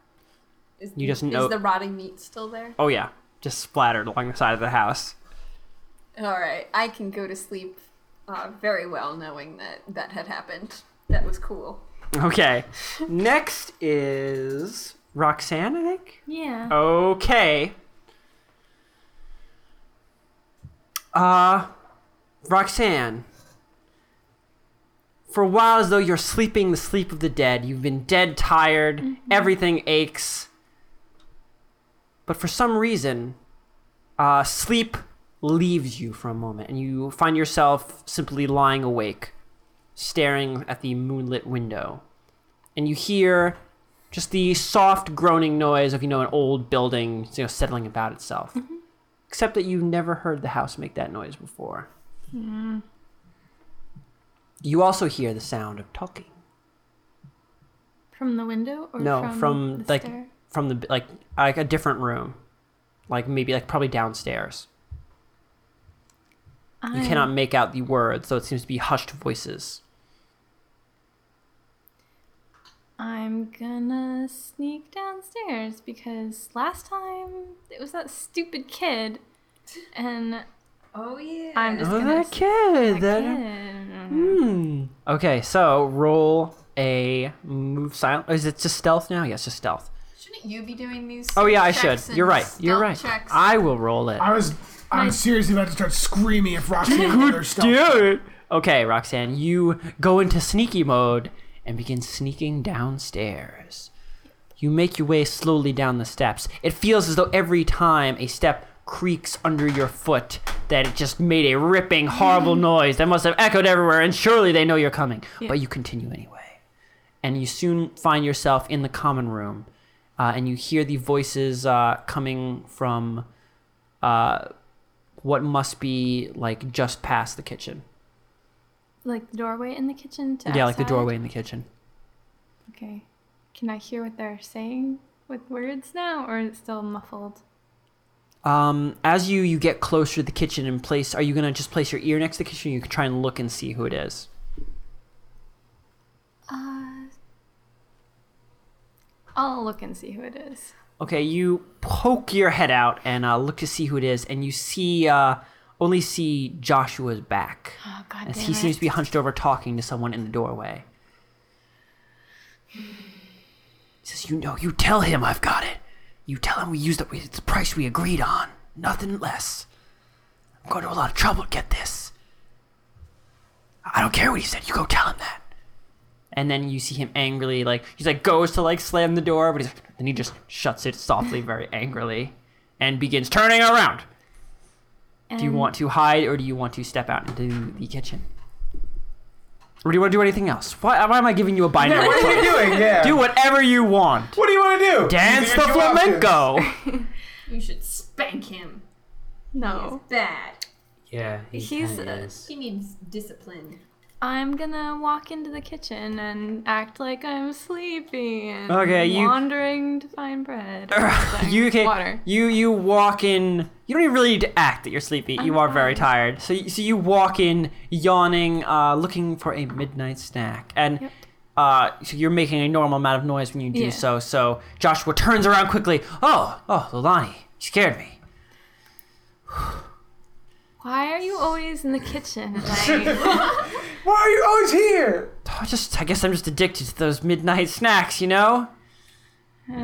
Speaker 3: is,
Speaker 1: you just
Speaker 3: is
Speaker 1: know-
Speaker 3: the rotting meat still there?
Speaker 1: Oh yeah, just splattered along the side of the house.
Speaker 3: All right, I can go to sleep uh, very well knowing that that had happened. That was cool.
Speaker 1: Okay, next is Roxanne, I think.
Speaker 8: Yeah.
Speaker 1: Oh. Okay. Uh, Roxanne, for a while as though you're sleeping the sleep of the dead. You've been dead tired, everything aches. But for some reason, uh, sleep leaves you for a moment, and you find yourself simply lying awake, staring at the moonlit window. And you hear just the soft groaning noise of, you know, an old building, you know, settling about itself. Except that you've never heard the house make that noise before. You also hear the sound of talking.
Speaker 8: From the window or
Speaker 1: No,
Speaker 8: from,
Speaker 1: from,
Speaker 8: the
Speaker 1: like-
Speaker 8: stair?
Speaker 1: from the like like a different room, like maybe like probably downstairs. You
Speaker 8: I-
Speaker 1: cannot make out the words, so it seems to be hushed voices.
Speaker 8: I'm gonna sneak downstairs because last time it was that stupid kid, and
Speaker 3: Oh yeah.
Speaker 8: I'm just
Speaker 1: Oh,
Speaker 8: gonna
Speaker 1: that
Speaker 8: sneak
Speaker 1: kid,
Speaker 8: that
Speaker 1: that.
Speaker 8: kid.
Speaker 1: Hmm. Okay, so roll a move silent. Is it just stealth now? Yes, just stealth.
Speaker 3: Shouldn't you be doing these?
Speaker 1: Oh yeah, I should.
Speaker 3: checks and
Speaker 1: You're right. You're
Speaker 3: stealth
Speaker 1: right.
Speaker 3: Checks?
Speaker 1: I will roll it.
Speaker 2: I was. I'm
Speaker 8: Nice.
Speaker 2: seriously about to start screaming if Roxanne were there still.
Speaker 1: Dude. Okay, Roxanne, you go into sneaky mode and begin sneaking downstairs. You make your way slowly down the steps. It feels as though every time a step creaks under your foot that it just made a ripping horrible noise that must have echoed everywhere and surely they know you're coming but you continue anyway and you soon find yourself in the common room uh, and you hear the voices uh, coming from uh, what must be like just past the kitchen.
Speaker 8: Like the doorway in the kitchen to
Speaker 1: Yeah, like the
Speaker 8: outside?
Speaker 1: doorway in the kitchen.
Speaker 8: Okay. Can I hear what they're saying with words now, or is it still muffled?
Speaker 1: Um, as you you get closer to the kitchen and place, are you gonna just place your ear next to the kitchen? You can try and look and see who it is.
Speaker 8: Uh, I'll look and see who it is.
Speaker 1: Okay, you poke your head out and uh, look to see who it is, and you see uh, only see Joshua's back
Speaker 8: Oh God
Speaker 1: as
Speaker 8: damn
Speaker 1: he
Speaker 8: it.
Speaker 1: seems to be hunched over talking to someone in the doorway. He says, "You know, you tell him I've got it. You tell him we used it. It's the price we agreed on, nothing less. I'm going to a lot of trouble to get this. I don't care what he said. You go tell him that." And then you see him angrily, like he's like goes to like slam the door, but he's then he just shuts it softly, very angrily, and begins turning around. Do you
Speaker 8: And
Speaker 1: want to hide or do you want to step out into the kitchen? Or do you want to do anything else? Why, why am I giving you a binary?
Speaker 7: What are
Speaker 1: choice?
Speaker 7: you doing? Yeah.
Speaker 1: do whatever you want.
Speaker 7: what do you want to do?
Speaker 1: Dance
Speaker 7: These
Speaker 1: the
Speaker 7: are your options.
Speaker 1: flamenco.
Speaker 3: You should spank him. He's
Speaker 8: No.
Speaker 3: bad.
Speaker 6: Yeah, he
Speaker 8: He's,
Speaker 6: kinda
Speaker 8: uh,
Speaker 6: is.
Speaker 3: He needs discipline.
Speaker 8: I'm gonna walk into the kitchen and act like I'm sleepy and
Speaker 1: Okay, you-
Speaker 8: wandering to find bread. or something.
Speaker 1: you can
Speaker 8: water.
Speaker 1: you you walk in. You don't even really need to act that you're sleepy. you are very tired. So you, so you walk in, yawning, uh, looking for a midnight snack, and
Speaker 8: Yep.
Speaker 1: uh, so you're making a normal amount of noise when you do
Speaker 8: Yeah.
Speaker 1: so. So Joshua turns around quickly. Oh, oh, Lilani, you scared me.
Speaker 8: Why are you always in the kitchen? at night?
Speaker 7: Why are you always here?
Speaker 1: I just I guess I'm just addicted to those midnight snacks, you know?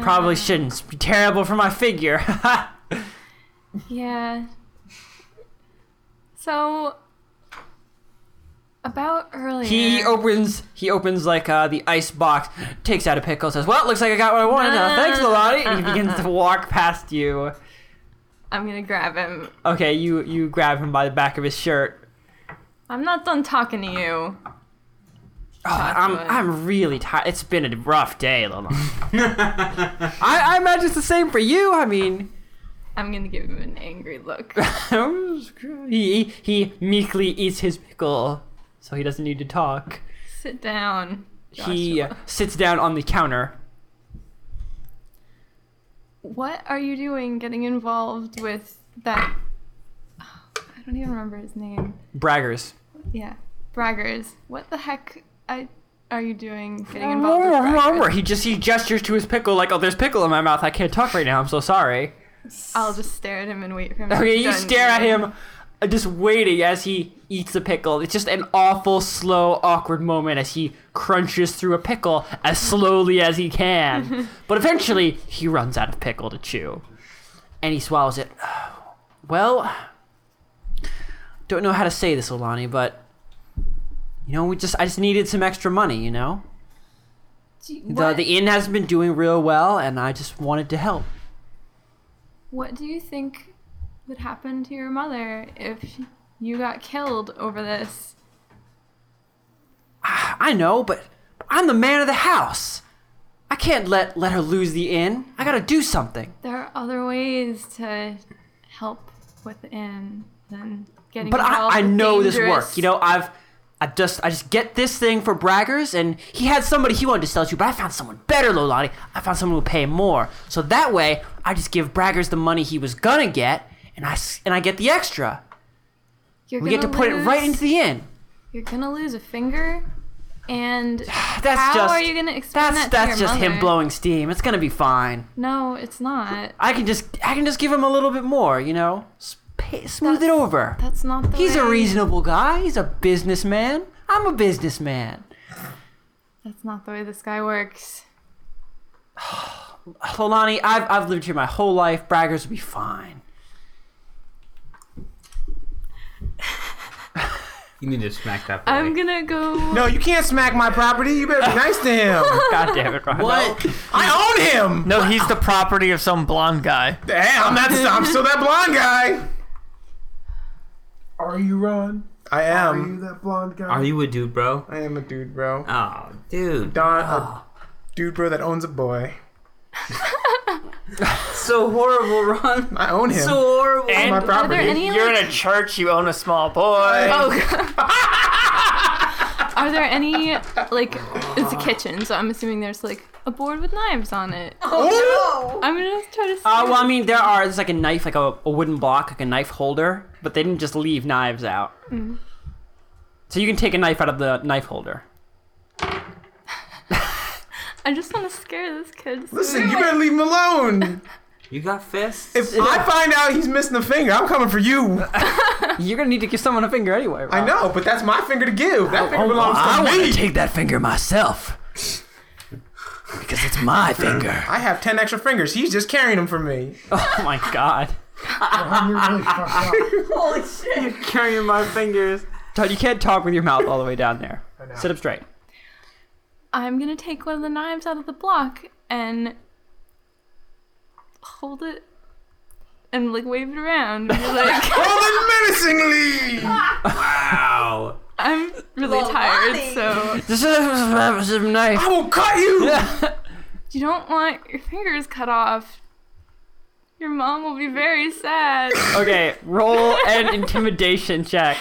Speaker 1: Probably shouldn't. It's terrible for my figure.
Speaker 8: yeah. So about earlier.
Speaker 1: he opens he opens like uh, the ice box, takes out a pickle, says, Well, looks like I got what I wanted now. Thanks, Lilani. And he begins to walk past you.
Speaker 8: I'm gonna grab him.
Speaker 1: Okay, you you grab him by the back of his shirt.
Speaker 8: I'm not done talking to you.
Speaker 1: Oh, I'm
Speaker 8: Chocolate.
Speaker 1: I'm really tired. It's been a rough day, Lilani. I, I imagine it's the same for you. I mean,
Speaker 8: I'm gonna give him an angry look.
Speaker 1: he he- he meekly eats his pickle, so he doesn't need to talk.
Speaker 8: Sit down.
Speaker 1: He uh,
Speaker 8: Joshua.
Speaker 1: sits down on the counter.
Speaker 8: What are you doing getting involved with that? Oh, I don't even remember his name.
Speaker 1: Braggers.
Speaker 8: Yeah. Braggers. What the heck I, are you doing getting involved with Braggers?
Speaker 1: He just he gestures to his pickle like, "Oh, there's pickle in my mouth. I can't talk right now. I'm so sorry."
Speaker 8: I'll just stare at him and wait for him
Speaker 1: Okay,
Speaker 8: to
Speaker 1: you
Speaker 8: done
Speaker 1: stare at
Speaker 8: eating.
Speaker 1: him, uh, just waiting as he eats the pickle. It's just an awful, slow, awkward moment as he crunches through a pickle as slowly as he can. but eventually, he runs out of pickle to chew, and he swallows it. Well, don't know how to say this, Olani, but you know, we just I just needed some extra money, you know?
Speaker 8: Gee,
Speaker 1: The,
Speaker 8: What,
Speaker 1: the inn hasn't been doing real well, and I just wanted to help.
Speaker 8: what do you think would happen to your mother if you got killed over this?
Speaker 1: I know, but I'm the man of the house. I can't let let her lose the inn. I gotta do something.
Speaker 8: There are other ways to help within than getting
Speaker 1: But
Speaker 8: involved
Speaker 1: I, I
Speaker 8: with
Speaker 1: know this
Speaker 8: dangerous-
Speaker 1: work. You know, I've I just I just get this thing for braggers, and he had somebody he wanted to sell to, but I found someone better, Lolani. I found someone who would pay more. So that way, I just give braggers the money he was gonna get, and I s- and I get the extra.
Speaker 8: You're
Speaker 1: We get to
Speaker 8: gonna
Speaker 1: put it right
Speaker 8: lose-
Speaker 1: into the inn.
Speaker 8: You're gonna lose a finger, and
Speaker 1: That's
Speaker 8: how
Speaker 1: just
Speaker 8: are you gonna explain
Speaker 1: that's
Speaker 8: that to
Speaker 1: that's
Speaker 8: your
Speaker 1: just him
Speaker 8: mother?
Speaker 1: blowing steam. It's gonna be fine.
Speaker 8: No, it's not.
Speaker 1: I can just I can just give him a little bit more, you know, S- pay, smooth it over.
Speaker 8: That's not the.
Speaker 1: He's a
Speaker 8: way-
Speaker 1: reasonable guy. He's a businessman. I'm a businessman.
Speaker 8: That's not the way this guy works.
Speaker 1: Holani, I've I've lived here my whole life. Braggers will be fine.
Speaker 6: You need to smack that boy.
Speaker 8: I'm gonna go.
Speaker 7: No, you can't smack my property. You better be nice to him.
Speaker 1: God damn it, Ron.
Speaker 7: What? I own him.
Speaker 5: No, he's the property of some blonde guy.
Speaker 7: Hey, I'm that. I'm still that blonde guy.
Speaker 2: Are you Ron?
Speaker 7: I
Speaker 2: Are you
Speaker 7: am.
Speaker 2: that blonde guy?
Speaker 6: Are you a dude, bro?
Speaker 7: I am a dude, bro.
Speaker 1: Uh,
Speaker 6: Oh, dude.
Speaker 7: Don, a dude, bro that owns a boy.
Speaker 6: So horrible, Ron.
Speaker 7: I own him.
Speaker 6: So horrible.
Speaker 5: And
Speaker 7: my
Speaker 8: Are there
Speaker 7: property.
Speaker 8: any
Speaker 5: you're
Speaker 8: like?
Speaker 5: in a church. You own a small boy.
Speaker 8: Oh, God. are there any like? It's a kitchen, so I'm assuming there's like a board with knives on it.
Speaker 3: Oh
Speaker 8: I'm gonna try to.
Speaker 1: Uh, well, I mean, there are. There's like a knife, like a, a wooden block, like a knife holder, but they didn't just leave knives out.
Speaker 8: Mm-hmm.
Speaker 1: So you can take a knife out of the knife holder.
Speaker 8: I just want to scare this kid. so-
Speaker 7: Listen, you better leave him alone.
Speaker 6: You got fists?
Speaker 7: If I find out he's missing a finger, I'm coming for you.
Speaker 1: You're gonna need to give someone a finger anyway. Ron.
Speaker 7: I know, but that's my finger to give. That finger
Speaker 1: Oh,
Speaker 7: belongs
Speaker 1: I
Speaker 7: to
Speaker 1: want
Speaker 7: me.
Speaker 1: to take that finger myself because it's my finger.
Speaker 7: I have ten extra fingers. He's just carrying them for me.
Speaker 1: Oh my god.
Speaker 2: Ron, you're really fucked up.
Speaker 3: holy shit!
Speaker 6: carrying my fingers.
Speaker 1: Todd, you can't talk with your mouth all the way down there. Sit up straight.
Speaker 8: I'm gonna take one of the knives out of the block and hold it and like wave it around. and be like,
Speaker 7: Hold it Oh, menacingly.
Speaker 6: Ow.
Speaker 8: I'm really
Speaker 3: Well,
Speaker 8: tired,
Speaker 3: why?
Speaker 8: so
Speaker 1: This is a
Speaker 7: I
Speaker 1: knife.
Speaker 7: will cut you.
Speaker 8: you don't want your fingers cut off. Your mom will be very sad.
Speaker 1: Okay, roll an intimidation check.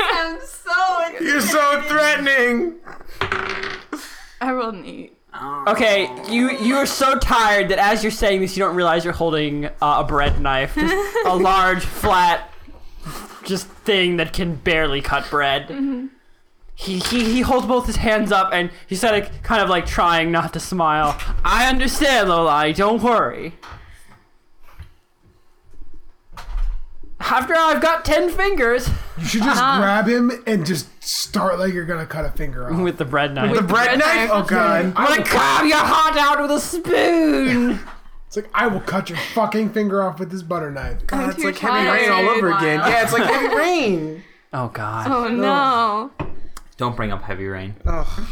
Speaker 3: I'm so.
Speaker 7: You're so threatening.
Speaker 8: I rolled an eight.
Speaker 1: Okay, you you are so tired that as you're saying this, you don't realize you're holding uh, a bread knife, just a large flat, just thing that can barely cut bread. He, he he holds both his hands up and he's kind of kind of like trying not to smile. I understand, Lolani. Don't worry. After I've got ten fingers
Speaker 2: You should just
Speaker 8: Uh-huh.
Speaker 2: grab him and just start like you're gonna cut a finger off.
Speaker 1: with the bread knife.
Speaker 7: The bread
Speaker 8: bread
Speaker 7: knife?
Speaker 8: knife.
Speaker 7: Oh god.
Speaker 1: I'm gonna carve your heart out with a spoon.
Speaker 2: It's like I will cut your fucking finger off with this butter knife.
Speaker 8: I'm
Speaker 7: God, Ah, it's
Speaker 8: too
Speaker 7: like heavy
Speaker 8: tired.
Speaker 7: rain all over
Speaker 3: Wow.
Speaker 7: again. Yeah, it's like heavy rain.
Speaker 1: Oh God.
Speaker 8: Oh no.
Speaker 6: Don't bring up heavy rain.
Speaker 7: Oh,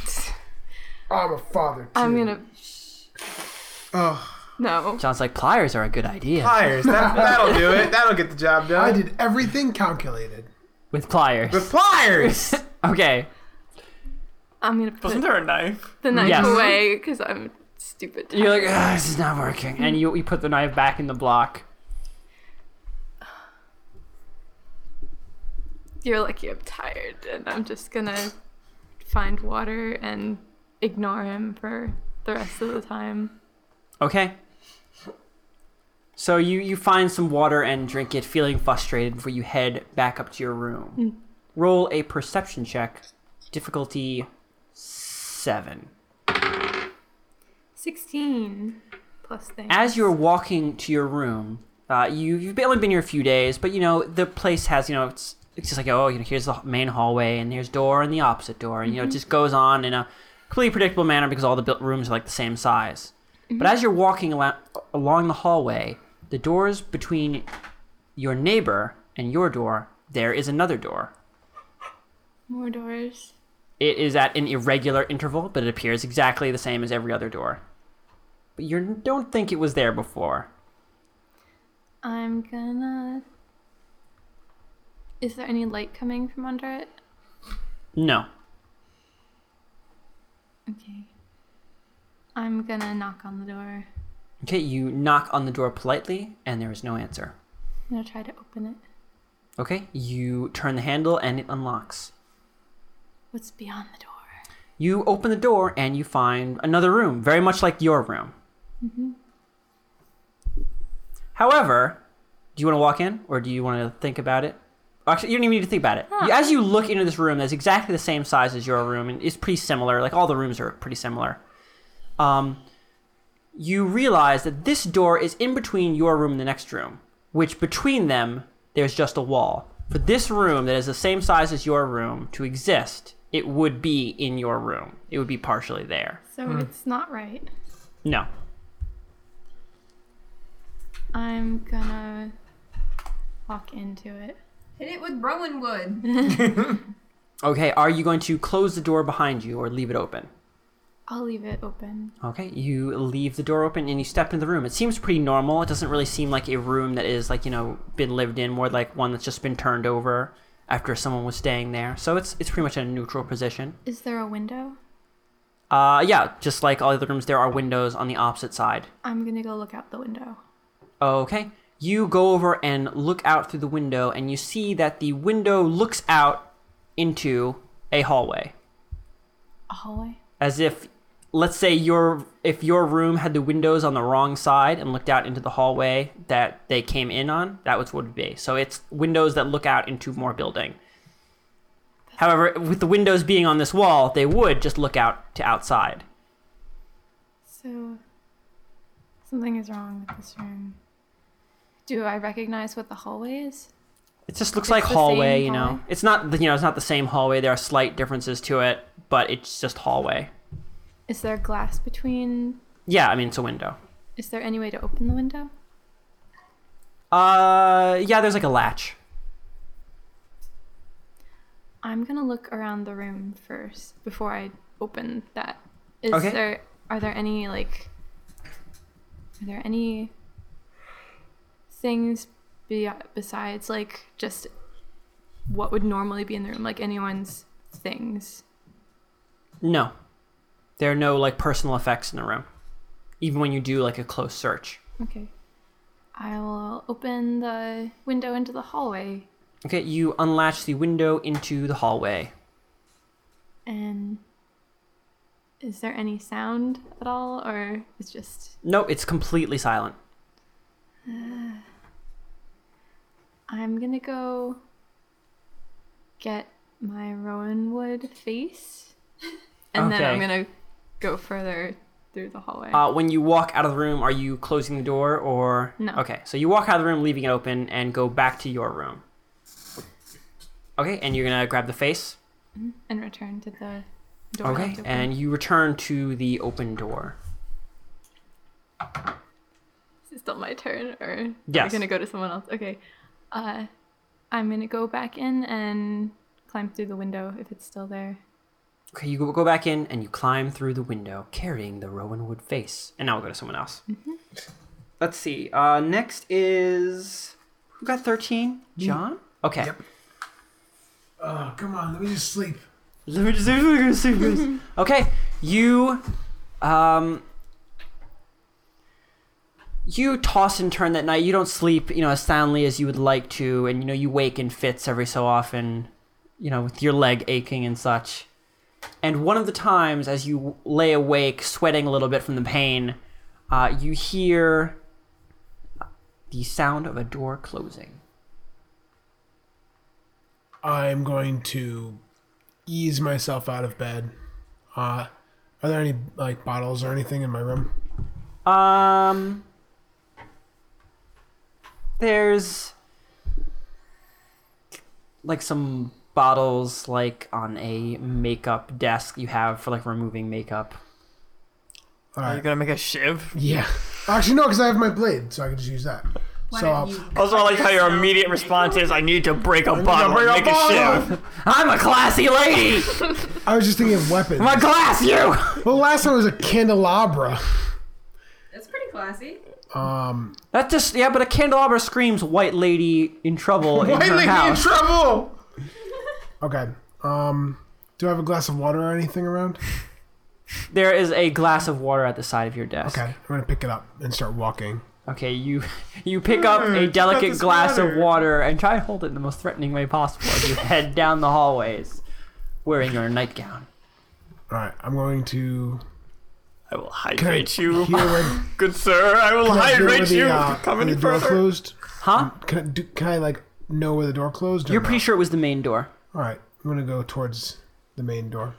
Speaker 2: I'm a father. Too.
Speaker 8: I'm gonna.
Speaker 7: oh.
Speaker 8: No.
Speaker 1: Sounds like pliers are a good idea.
Speaker 7: Pliers. That, that'll do it. That'll get the job done.
Speaker 2: I did everything calculated.
Speaker 1: With pliers.
Speaker 7: With pliers.
Speaker 1: okay.
Speaker 8: I'm gonna put
Speaker 5: Wasn't there a knife?
Speaker 8: the knife
Speaker 1: Yes.
Speaker 8: away because I'm stupid.
Speaker 1: You're like, "Ugh, this is not working. And you, you put the knife back in the block.
Speaker 8: You're lucky I'm tired, and I'm just gonna find water and ignore him for the rest of the time.
Speaker 1: Okay. So you, you find some water and drink it, feeling frustrated before you head back up to your room. Roll a perception check. Difficulty seven.
Speaker 8: 16 plus things.
Speaker 1: as you're walking to your room, uh, you you've only been here a few days, but you know the place has you know it's it's just like oh you know here's the main hallway and here's door and the opposite door and you know it just goes on in a completely predictable manner because all the built rooms are like the same size. But as you're walking ala- along the hallway, the doors between your neighbor and your door there is another door.
Speaker 8: More doors.
Speaker 1: It is at an irregular interval, but it appears exactly the same as every other door. But you don't think it was there before.
Speaker 8: I'm gonna. Is there any light coming from under it?
Speaker 1: No.
Speaker 8: Okay. I'm gonna knock on the door.
Speaker 1: Okay, you knock on the door politely, and there is no answer.
Speaker 8: I'm gonna try to open it.
Speaker 1: Okay, you turn the handle, and it unlocks.
Speaker 8: What's beyond the door?
Speaker 1: You open the door, and you find another room, very much like your room. However, do you want to walk in, or do you want to think about it? Actually, you don't even need to think about it. You- As you look into this room, that's exactly the same size as your room, and it's pretty similar. Like all the rooms are pretty similar. Um, you realize that this door is in between your room and the next room, which between them, there's just a wall. For this room that is the same size as your room to exist, it would be in your room. It would be partially there.
Speaker 8: So it's not right.
Speaker 1: No.
Speaker 8: I'm gonna walk into it.
Speaker 3: Hit it with Rowan wood.
Speaker 1: Okay, are you going to close the door behind you or leave it open?
Speaker 8: I'll leave it open.
Speaker 1: Okay, you leave the door open and you step into the room. It seems pretty normal. It doesn't really seem like a room that is like, you know, been lived in, more like one that's just been turned over after someone was staying there. So it's it's pretty much in a neutral position.
Speaker 8: Is there a window?
Speaker 1: Uh yeah, just like all the other rooms there are windows on the opposite side.
Speaker 8: I'm gonna go look out the window.
Speaker 1: Okay. You go over and look out through the window and you see that the window looks out into a hallway.
Speaker 8: A hallway?
Speaker 1: as if let's say your if your room had the windows on the wrong side and looked out into the hallway that they came in on that was what it would be so it's windows that look out into more building however with the windows being on this wall they would just look out to outside
Speaker 8: So something is wrong with this room. Do I recognize what the hallway is?
Speaker 1: it just looks
Speaker 8: It's
Speaker 1: like
Speaker 8: the
Speaker 1: hallway
Speaker 8: same
Speaker 1: you know
Speaker 8: hallway?
Speaker 1: it's not the, you know it's not the same hallway there are slight differences to it but it's just hallway
Speaker 8: Is there glass between?
Speaker 1: yeah i mean it's a window
Speaker 8: Is there any way to open the window?
Speaker 1: uh yeah there's like a latch
Speaker 8: I'm gonna look around the room first before I open that. Is
Speaker 1: Okay.
Speaker 8: there are there any like are there any things be- besides like just what would normally be in the room, like anyone's things?
Speaker 1: No. There are no like personal effects in the room. Even when you do like a close search.
Speaker 8: Okay. I will open the window into the hallway
Speaker 1: Okay, you unlatch the window into the hallway.
Speaker 8: and is there any sound at all or it's just
Speaker 1: No, it's completely silent.
Speaker 8: I'm gonna go get my Rowan wood face, and then I'm
Speaker 1: Okay.
Speaker 8: gonna go further through the hallway.
Speaker 1: Uh, when you walk out of the room, are you closing the door or
Speaker 8: No.
Speaker 1: Okay, so you walk out of the room, leaving it open, and go back to your room. Okay, and you're gonna grab the face.
Speaker 8: and return to the door.
Speaker 1: Okay,
Speaker 8: left open.
Speaker 1: and you return to the open door.
Speaker 8: is it still my turn, or are we
Speaker 1: Yes.
Speaker 8: gonna go to someone else? Okay, uh, I'm gonna go back in and climb through the window if it's still there.
Speaker 1: Okay, you go go back in and you climb through the window carrying the Rowan wood face. And now we'll go to someone else. Let's see. Uh, next is. Who got 13? John? Okay.
Speaker 2: Yep. Oh, come on. Let me just sleep.
Speaker 1: Let me just. I'm gonna see this. okay, you. Um. You toss and turn that night. You don't sleep, you know, as soundly as you would like to, and you know you wake in fits every so often, you know, with your leg aching and such. And one of the times, as you lay awake, sweating a little bit from the pain, uh, you hear the sound of a door closing.
Speaker 2: I'm going to ease myself out of bed. Uh, are there any like bottles or anything in my room?
Speaker 1: Um, there's like some bottles like on a makeup desk you have for like removing makeup.
Speaker 2: All
Speaker 5: Are you
Speaker 2: right.
Speaker 5: gonna make a shiv?
Speaker 2: Yeah. Actually, no, because I have my blade, so I can just use that. so I'll-
Speaker 5: Also, I like how your immediate response is, "I need to break a bottle,
Speaker 2: break
Speaker 5: and
Speaker 2: a
Speaker 5: make a,
Speaker 2: bottle."
Speaker 5: shiv."
Speaker 1: I'm a classy lady.
Speaker 2: I was just thinking of weapons.
Speaker 5: My glass, you!
Speaker 2: well, last time was a candelabra.
Speaker 3: That's pretty classy.
Speaker 2: Um,
Speaker 1: That just yeah, but a candelabra screams "White lady in trouble" in
Speaker 7: White
Speaker 1: her
Speaker 7: lady in
Speaker 1: house.
Speaker 7: trouble.
Speaker 2: okay. Um, do I have a glass of water or anything around?
Speaker 1: there is a glass of water at the side of your desk.
Speaker 2: Okay, I'm gonna pick it up and start walking.
Speaker 1: Okay, you you pick up
Speaker 7: Hey,
Speaker 1: a
Speaker 7: you got
Speaker 1: delicate
Speaker 7: this
Speaker 1: glass of
Speaker 7: water.
Speaker 1: water and try and hold it in the most threatening way possible as you head down the hallways wearing your nightgown.
Speaker 2: All right, I'm going to.
Speaker 5: I will
Speaker 2: Can I
Speaker 5: hydrate you,
Speaker 2: Hear when,
Speaker 5: good sir. I will
Speaker 2: can I hear where
Speaker 5: hydrate
Speaker 2: the,
Speaker 5: you.
Speaker 2: uh,
Speaker 5: Come
Speaker 2: when
Speaker 5: any
Speaker 2: the door
Speaker 5: further.
Speaker 2: closed?
Speaker 1: Huh?
Speaker 2: Can I, do, can I like know where the door closed? or
Speaker 1: You're
Speaker 2: no?
Speaker 1: pretty sure it was the main door.
Speaker 2: All right, I'm gonna go towards the main door.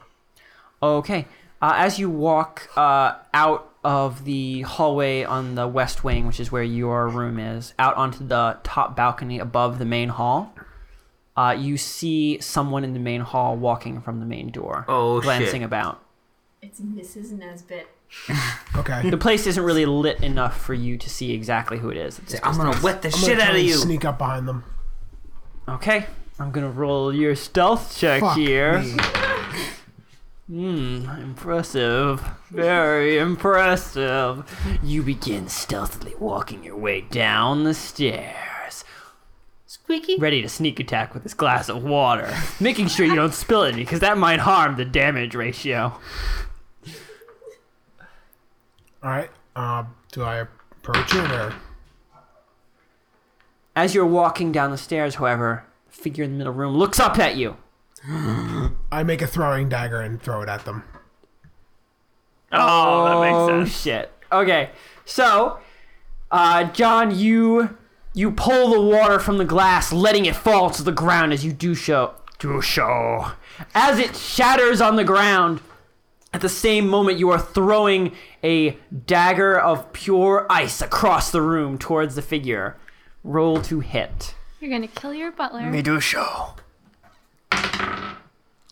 Speaker 1: Okay. Uh, as you walk uh, out of the hallway on the west wing, which is where your room is, out onto the top balcony above the main hall, uh, you see someone in the main hall walking from the main door,
Speaker 6: Oh,
Speaker 1: glancing
Speaker 6: shit.
Speaker 1: about.
Speaker 3: It's Mrs. Nesbit.
Speaker 2: Okay.
Speaker 1: The place isn't really lit enough for you to see exactly who it is. It's-
Speaker 6: I'm gonna wet the
Speaker 2: I'm gonna
Speaker 6: shit
Speaker 2: try
Speaker 6: out of
Speaker 2: and
Speaker 6: you.
Speaker 2: Sneak up behind them.
Speaker 1: Okay, I'm gonna roll your stealth check
Speaker 2: Fuck
Speaker 1: here.
Speaker 2: me.
Speaker 1: Hmm, impressive. Very impressive. You begin stealthily walking your way down the stairs. Squeaky. Ready to sneak attack with this glass of water. Making sure you don't spill it because that might harm the damage ratio.
Speaker 2: All right. Uh, do I approach it or?
Speaker 1: As you're walking down the stairs, however, the figure in the middle room looks up at you.
Speaker 2: I make a throwing dagger and throw it at them.
Speaker 5: Oh, that
Speaker 1: Oh
Speaker 5: makes sense.
Speaker 1: shit. Okay. So, uh, John, you you pull the water from the glass, letting it fall to the ground as you do show. Do show. As it shatters on the ground, at the same moment you are throwing a dagger of pure ice across the room towards the figure. Roll to hit.
Speaker 8: You're gonna kill your butler.
Speaker 5: do show.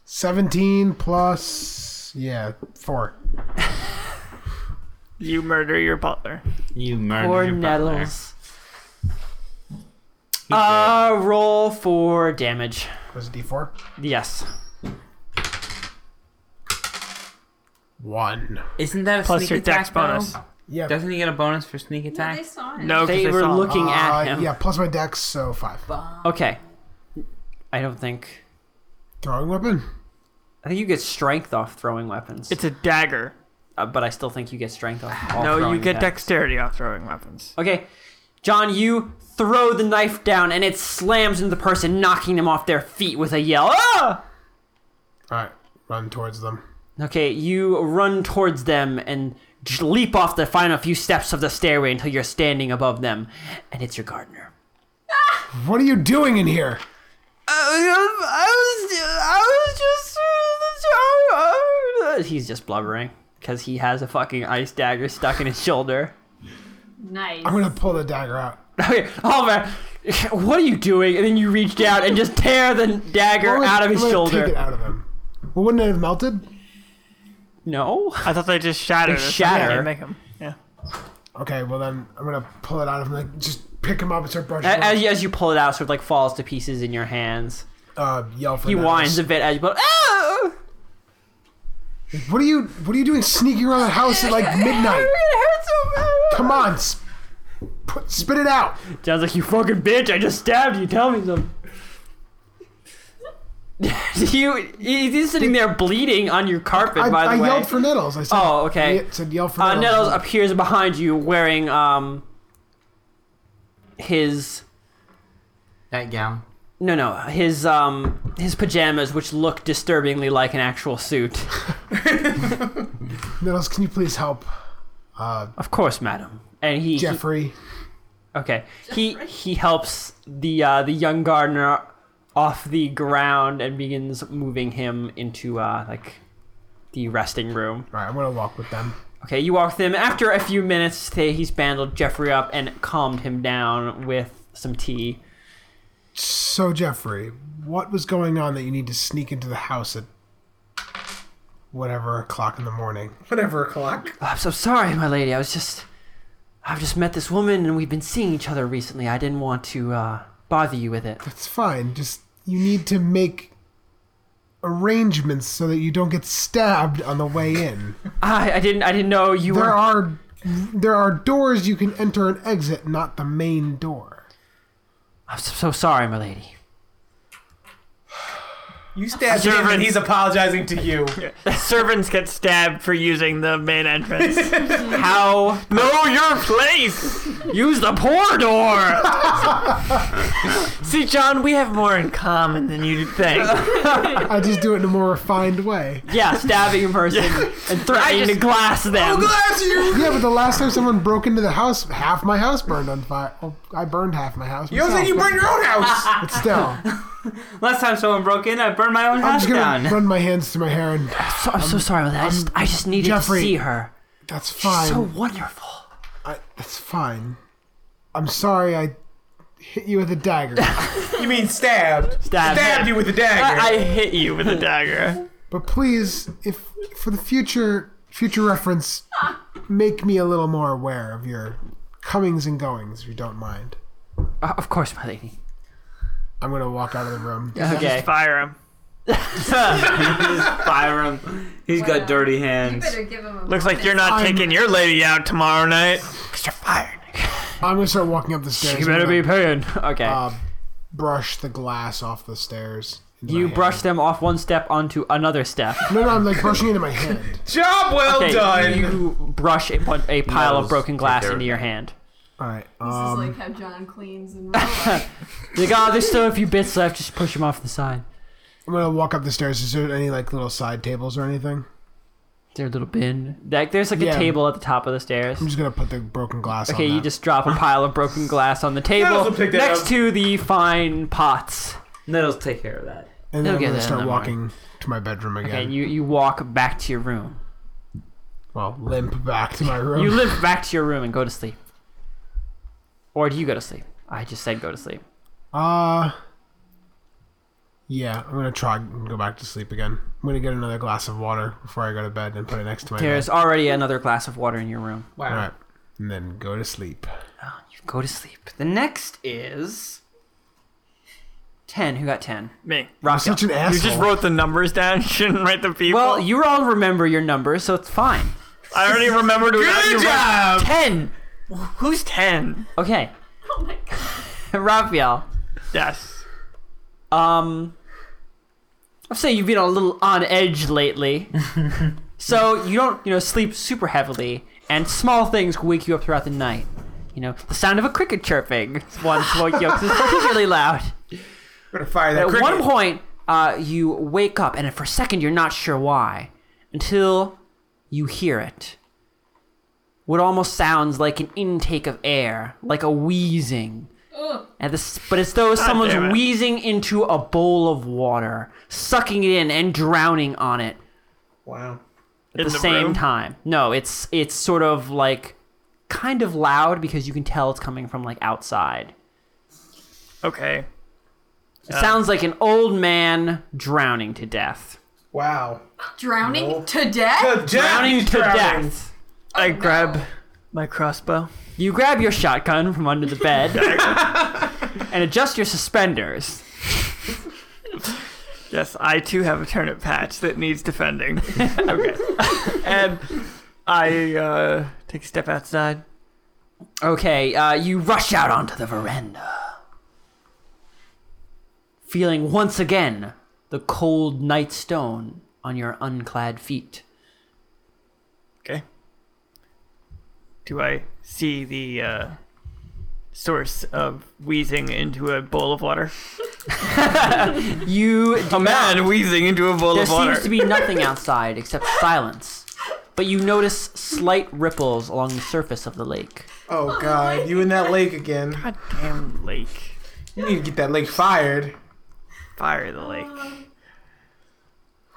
Speaker 2: 17 plus yeah 4
Speaker 5: You murder your butler.
Speaker 6: You murdered
Speaker 1: Or
Speaker 6: your butler.
Speaker 1: nettles. Uh, roll for damage.
Speaker 2: was it d4
Speaker 1: Yes.
Speaker 2: 1
Speaker 6: Isn't that a
Speaker 5: Plus
Speaker 6: sneak
Speaker 5: your
Speaker 6: attack
Speaker 5: dex bonus.
Speaker 6: though?
Speaker 2: yeah
Speaker 6: Doesn't he get a bonus for sneak
Speaker 3: No,
Speaker 6: attack?
Speaker 3: they saw it.
Speaker 5: No, 'cause
Speaker 1: They were
Speaker 5: saw him.
Speaker 1: looking
Speaker 2: uh,
Speaker 1: at him.
Speaker 2: yeah plus my dex so 5
Speaker 1: Okay. I don't think.
Speaker 2: throwing weapon
Speaker 1: I think you get strength off throwing weapons.
Speaker 5: It's a dagger.
Speaker 1: uh, but I still think you get strength off. all
Speaker 5: No, you
Speaker 1: throwing
Speaker 5: get
Speaker 1: attacks.
Speaker 5: dexterity off throwing weapons.
Speaker 1: Okay, John, you throw the knife down, and it slams into the person, knocking them off their feet with a yell. Ah!
Speaker 2: all right run towards them
Speaker 1: Okay, you run towards them and j- leap off the final few steps of the stairway until you're standing above them, and it's your gardener.
Speaker 2: what are you doing in here
Speaker 1: He's just blubbering because he has a fucking ice dagger stuck in his shoulder.
Speaker 3: Nice.
Speaker 2: i'm gonna pull the dagger out
Speaker 1: Okay, Oliver, what are you doing? And then you reach down and just tear the dagger
Speaker 2: I'm gonna-
Speaker 1: out of his
Speaker 2: I'm gonna take it
Speaker 1: shoulder.
Speaker 2: out of him well wouldn't it have melted
Speaker 1: No.
Speaker 5: I thought they just shattered.
Speaker 1: They
Speaker 5: or something
Speaker 1: shatter.
Speaker 5: and Make him. Yeah.
Speaker 2: okay well then i'm gonna pull it out of him like just pick him up and start brushing
Speaker 1: A- As
Speaker 2: him.
Speaker 1: you, as you pull it out, sort of like falls to pieces in your hands.
Speaker 2: uh yell for
Speaker 1: He
Speaker 2: Niles.
Speaker 1: whines a bit as you pull. Oh,
Speaker 2: what are you what are you doing sneaking around the house at like midnight
Speaker 1: it hurts so bad.
Speaker 2: come on sp- put, spit it out
Speaker 1: Sounds like you fucking bitch. I just stabbed you. Tell me something. you, he- he's sitting there bleeding on your carpet.
Speaker 2: I,
Speaker 1: by the
Speaker 2: I
Speaker 1: way,
Speaker 2: yelled for Nettles. I said,
Speaker 1: Oh, okay.
Speaker 2: I said yell for
Speaker 1: Uh, Nettles
Speaker 2: Nettles.
Speaker 1: appears behind you wearing um his
Speaker 6: That gown.
Speaker 1: no no his um his pajamas which look disturbingly like an actual suit.
Speaker 2: Nettles, can you please help? Uh,
Speaker 1: Of course, madam. And he, he-
Speaker 2: Jeffrey.
Speaker 1: okay he he helps the uh, the young gardener off the ground and begins moving him into uh, like the resting room.
Speaker 2: All right, I'm gonna walk with them.
Speaker 1: Okay, you walk with him. After a few minutes, they, he's bandled Jeffrey up and calmed him down with some tea.
Speaker 2: So, Jeffrey, what was going on that you need to sneak into the house at whatever o'clock in the morning?
Speaker 7: Whatever o'clock.
Speaker 1: Oh, I'm so sorry, my lady. I was just. I've just met this woman and we've been seeing each other recently. I didn't want to uh, bother you with it.
Speaker 2: It's fine. Just you need to make arrangements so that you don't get stabbed on the way in.
Speaker 1: I, I didn't I didn't know you
Speaker 2: There
Speaker 1: were.
Speaker 2: are there are doors you can enter and exit, not the main door.
Speaker 1: I'm so, so sorry, my lady.
Speaker 7: You stabbed him, and
Speaker 5: Servants.
Speaker 7: he's apologizing to you.
Speaker 5: Servants get stabbed for using the main entrance.
Speaker 1: How
Speaker 5: know your place.
Speaker 1: use the poor door?
Speaker 5: See, John, we have more in common than you think.
Speaker 2: I just do it in a more refined way.
Speaker 1: yeah, stabbing a person and threatening to glass
Speaker 2: Oh,
Speaker 1: them.
Speaker 2: Yeah, but the last time someone broke into the house, half my house burned on fire. Well, I burned half my house.
Speaker 7: You don't think
Speaker 2: myself,
Speaker 7: you
Speaker 2: but-
Speaker 7: burn your own house?
Speaker 2: But still,
Speaker 6: Last time someone broke in, I burned my own
Speaker 2: I'm
Speaker 6: house
Speaker 2: just gonna
Speaker 6: down.
Speaker 2: run my hands through my hair, and
Speaker 1: So, I'm so sorry about that. I just, I just needed
Speaker 2: Um, Jeffrey.
Speaker 1: to see her.
Speaker 2: that's fine.
Speaker 1: She's so wonderful.
Speaker 2: I, that's fine. I'm sorry I hit you with a dagger,
Speaker 7: You mean stabbed?
Speaker 1: Stabbed.
Speaker 7: Stabbed you with a dagger.
Speaker 5: I hit you with a dagger.
Speaker 2: but please, if for the future future reference, make me a little more aware of your comings and goings, if you don't mind.
Speaker 1: Uh, of course, my lady.
Speaker 2: I'm gonna walk out of the room.
Speaker 6: Okay.
Speaker 5: Fire him.
Speaker 6: Fire him. He's got dirty
Speaker 3: You
Speaker 6: hands.
Speaker 3: better give him a.
Speaker 5: Looks like you're not
Speaker 2: I'm-
Speaker 5: taking your lady out tomorrow night. Cause you're fired.
Speaker 2: I'm gonna start walking up the stairs.
Speaker 1: You better
Speaker 2: I'm gonna,
Speaker 1: be paying. Okay.
Speaker 2: Uh, brush the glass off the stairs. into my
Speaker 1: you
Speaker 2: hand.
Speaker 1: brush them off one step onto another step.
Speaker 2: No, no, I'm like brushing it into my hand.
Speaker 7: Job well
Speaker 1: Okay,
Speaker 7: done.
Speaker 1: you brush a, bu- a pile of
Speaker 6: Nose.
Speaker 1: broken glass
Speaker 6: Take care
Speaker 1: into
Speaker 6: of
Speaker 1: your
Speaker 6: it.
Speaker 1: hand.
Speaker 2: All right.
Speaker 3: This
Speaker 2: Um,
Speaker 3: is like how John cleans and. Like,
Speaker 1: Like, oh, there's still a few bits left. Just push them off the side.
Speaker 2: I'm gonna walk up the stairs. Is there any like little side tables or anything?
Speaker 1: Their little bin. Like, there's like
Speaker 2: Yeah.
Speaker 1: a table at the top of the stairs.
Speaker 2: I'm just gonna put the broken glass.
Speaker 1: Okay,
Speaker 2: on
Speaker 1: you
Speaker 2: that.
Speaker 1: just drop a pile of broken glass on the table
Speaker 7: also pick that
Speaker 1: next
Speaker 7: up.
Speaker 1: to the fine pots.
Speaker 6: Nettles, take care of that.
Speaker 2: and then
Speaker 1: Okay,
Speaker 2: I'm gonna
Speaker 1: then,
Speaker 2: start
Speaker 1: never
Speaker 2: walking to my bedroom again.
Speaker 1: Okay, you, you walk back to your room.
Speaker 2: well, limp back to my room.
Speaker 1: You limp back to your room and go to sleep. Or do you go to sleep? I just said go to sleep.
Speaker 2: uh yeah, I'm gonna try and go back to sleep again. I'm gonna get another glass of water before I go to bed and put it next to my
Speaker 1: There's
Speaker 2: bed.
Speaker 1: already another glass of water in your room.
Speaker 2: All right, and then go to sleep.
Speaker 1: You go to sleep. The next is. 10. Who got 10?
Speaker 5: Me.
Speaker 2: I'm such an asshole.
Speaker 5: You just wrote the numbers down. You shouldn't write the people.
Speaker 1: Well, you all remember your numbers, so it's fine.
Speaker 5: I already remembered. without you
Speaker 7: Good
Speaker 5: writing-
Speaker 1: 10!
Speaker 7: job.
Speaker 5: Who's ten?
Speaker 1: Okay.
Speaker 3: oh my god.
Speaker 1: Raphael.
Speaker 5: Yes.
Speaker 1: Um, I'll say you've been a little on edge lately, so you don't, you know, sleep super heavily, and small things wake you up throughout the night. You know, the sound of a cricket chirping once woke you up 'cause it's particularly loud.
Speaker 7: I'm gonna fire that
Speaker 1: At
Speaker 7: cricket.
Speaker 1: one point, uh, you wake up, and for a second you're not sure why, until you hear it. What almost sounds like an intake of air, like a wheezing. And this, but it's though someone's
Speaker 5: damn it.
Speaker 1: wheezing into a bowl of water, sucking it in and drowning on it
Speaker 7: Wow.
Speaker 1: at the,
Speaker 5: the
Speaker 1: same
Speaker 5: room?
Speaker 1: time. No, it's it's sort of like kind of loud because you can tell it's coming from like outside.
Speaker 5: Okay.
Speaker 1: It sounds like an old man drowning to death.
Speaker 7: Wow.
Speaker 3: Drowning to death?
Speaker 1: Drowning to death.
Speaker 5: I grab my crossbow.
Speaker 1: You grab your shotgun from under the bed and adjust your suspenders.
Speaker 5: Yes, I too have a turnip patch that needs defending. okay. and I uh, take a step outside.
Speaker 1: Okay, uh, you rush out onto the veranda. Feeling once again the cold night stone on your unclad feet.
Speaker 5: Okay. Do I see the uh, source of wheezing into a bowl of water?
Speaker 1: You do
Speaker 5: A man wheezing into a bowl
Speaker 1: There
Speaker 5: of water.
Speaker 1: seems to be nothing outside except silence. But you notice slight ripples along the surface of the lake.
Speaker 7: Oh God, you in that lake again?
Speaker 5: God damn lake.
Speaker 7: You need to get that lake fired.
Speaker 5: Fire the lake.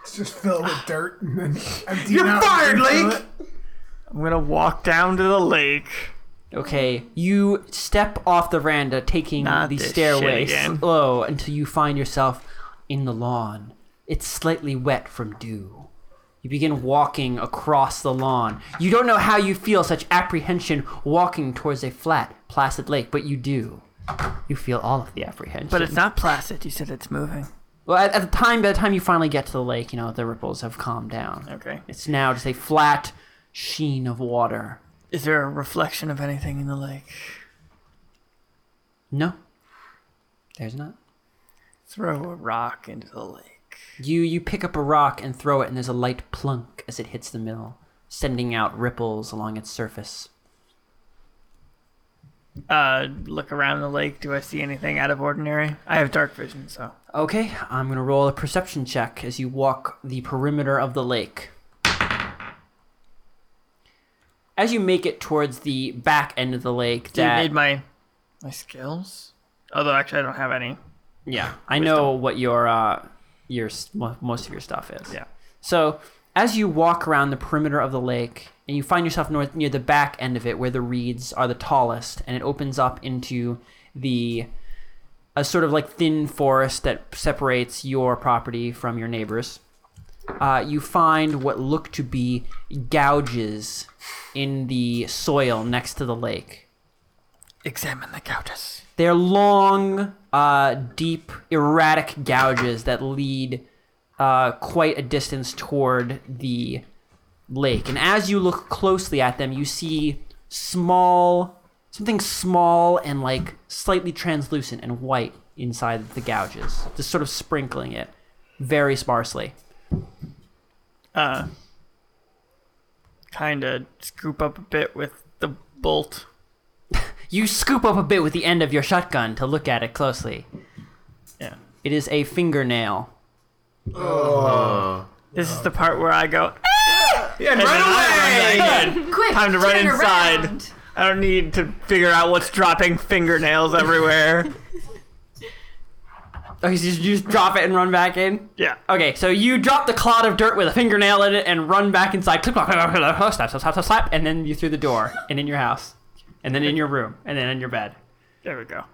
Speaker 2: It's just filled with dirt and then empty
Speaker 7: You're
Speaker 2: it out.
Speaker 7: fired, lake.
Speaker 5: I'm gonna walk down to the lake.
Speaker 1: Okay, you step off the veranda, taking
Speaker 5: Not
Speaker 1: the
Speaker 5: this
Speaker 1: stairway
Speaker 5: shit again.
Speaker 1: slow until you find yourself in the lawn. It's slightly wet from dew. You begin walking across the lawn. You don't know how you feel such apprehension walking towards a flat, placid lake, but you do. You feel all of the apprehension.
Speaker 5: But it's not placid. You said it's moving.
Speaker 1: Well, at, at the time, by the time you finally get to the lake, you know the ripples have calmed down.
Speaker 5: Okay.
Speaker 1: It's now just a flat sheen of water.
Speaker 5: Is there a reflection of anything in the lake?
Speaker 1: No, there's not.
Speaker 5: Throw a rock into the lake.
Speaker 1: You you pick up a rock and throw it, and there's a light plunk as it hits the middle, sending out ripples along its surface.
Speaker 5: Uh, look around the lake. Do I see anything out of ordinary? I have dark vision, so
Speaker 1: Okay, I'm gonna roll a perception check as you walk the perimeter of the lake. As you make it towards the back end of the lake,
Speaker 5: do you
Speaker 1: that
Speaker 5: need my my skills? Although actually, I don't have any.
Speaker 1: yeah, I know what your uh, your s- mo- most of your stuff is.
Speaker 5: Yeah.
Speaker 1: So as you walk around the perimeter of the lake, and you find yourself north near the back end of it, where the reeds are the tallest, and it opens up into the a sort of like thin forest that separates your property from your neighbors. Uh, you find what look to be gouges in the soil next to the lake.
Speaker 5: Examine the countess.
Speaker 1: They're long, uh, deep, erratic gouges that lead uh, quite a distance toward the lake. And as you look closely at them, you see small, something small and like slightly translucent and white inside the gouges, just sort of sprinkling it very sparsely.
Speaker 5: Uh, kind of scoop up a bit with the bolt.
Speaker 1: You scoop up a bit with the end of your shotgun to look at it closely.
Speaker 5: Yeah.
Speaker 1: It is a fingernail.
Speaker 5: This is the part where I
Speaker 7: Yeah,
Speaker 5: go. "Ah!"
Speaker 7: right
Speaker 5: And then
Speaker 7: away.
Speaker 5: I run again.
Speaker 3: Quick,
Speaker 5: Time to run
Speaker 3: turn
Speaker 5: inside.
Speaker 3: around.
Speaker 5: I don't need to figure out what's dropping fingernails everywhere.
Speaker 1: Okay, so Oh, you just- you just drop it and run back in?
Speaker 5: yeah. Oh,
Speaker 1: Okay, so you drop the clod of dirt with a fingernail in it and run back inside. Click, clock, clock, clock, clock, slap, slap, slap, slap, slap, and then you through the door and in your house, and then in your room, and then in your bed.
Speaker 5: There we go.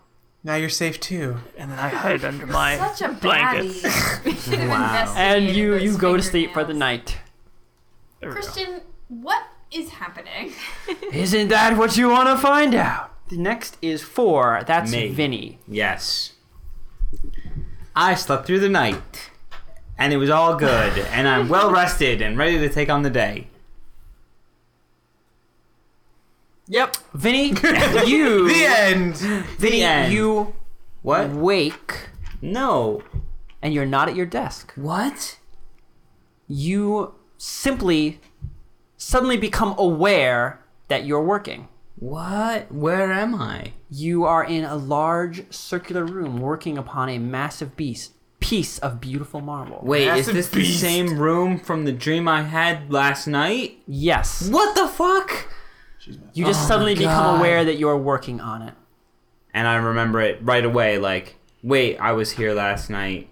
Speaker 7: Now you're safe too.
Speaker 5: And then I hide under my
Speaker 3: Such a
Speaker 5: blankets.
Speaker 3: baddie. We should have
Speaker 1: And
Speaker 3: investigated
Speaker 1: you
Speaker 3: those
Speaker 1: you go to sleep for the
Speaker 3: fingernails.
Speaker 1: night.
Speaker 5: There we go.
Speaker 3: Christian, what is happening?
Speaker 1: Isn't that what you want to find out? The next is four. That's
Speaker 6: Me.
Speaker 1: Vinny.
Speaker 6: Yes. I slept through the night, and it was all good, and I'm well rested and ready to take on the day.
Speaker 1: Yep. Vinny, you
Speaker 7: The end.
Speaker 6: The end.
Speaker 1: you
Speaker 6: what?
Speaker 1: wake
Speaker 6: No.
Speaker 1: and you're not at your desk.
Speaker 6: What?
Speaker 1: You simply suddenly become aware that you're working.
Speaker 6: What? Where am I?
Speaker 1: You are in a large circular room working upon a massive beast, piece of beautiful marble.
Speaker 6: Wait,
Speaker 7: That's
Speaker 6: is
Speaker 7: a
Speaker 6: this
Speaker 7: beast.
Speaker 6: the same room from the dream I had last night?
Speaker 1: Yes.
Speaker 6: What the fuck?
Speaker 1: You just
Speaker 6: Oh,
Speaker 1: suddenly become
Speaker 6: God.
Speaker 1: aware that you're working on it.
Speaker 6: And I remember it right away. Like, wait, I was here last night.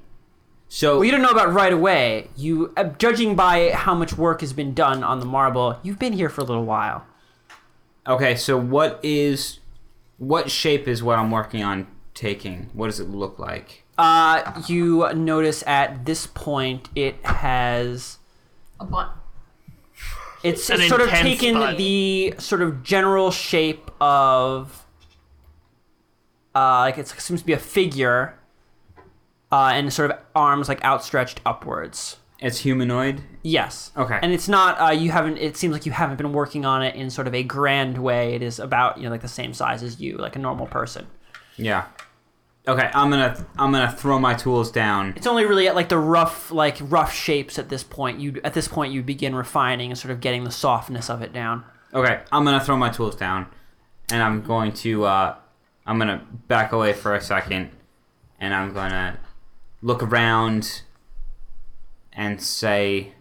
Speaker 6: So
Speaker 1: Well, you don't know about right away. You, uh, judging by how much work has been done on the marble, you've been here for a little while.
Speaker 6: Okay, so what is what shape is what I'm working on taking? What does it look like?
Speaker 1: Uh, you notice at this point it has
Speaker 3: A bun-
Speaker 1: it's,
Speaker 5: An
Speaker 1: it's sort of
Speaker 5: intense
Speaker 1: taken
Speaker 5: bun.
Speaker 1: the sort of general shape of uh, like it's- it seems to be a figure uh, and sort of arms like outstretched upwards
Speaker 6: It's humanoid.
Speaker 1: yes
Speaker 6: Okay.
Speaker 1: and it's not uh, you haven't it seems like you haven't been working on it in sort of a grand way it is about you know like the same size as you like a normal person
Speaker 6: Yeah. Okay, I'm gonna I'm gonna throw my tools down.
Speaker 1: it's only really at like the rough like rough shapes at this point you at this point you begin refining and sort of getting the softness of it down
Speaker 6: Okay, I'm gonna throw my tools down, and I'm going to uh, I'm gonna back away for a second, and I'm gonna look around and say,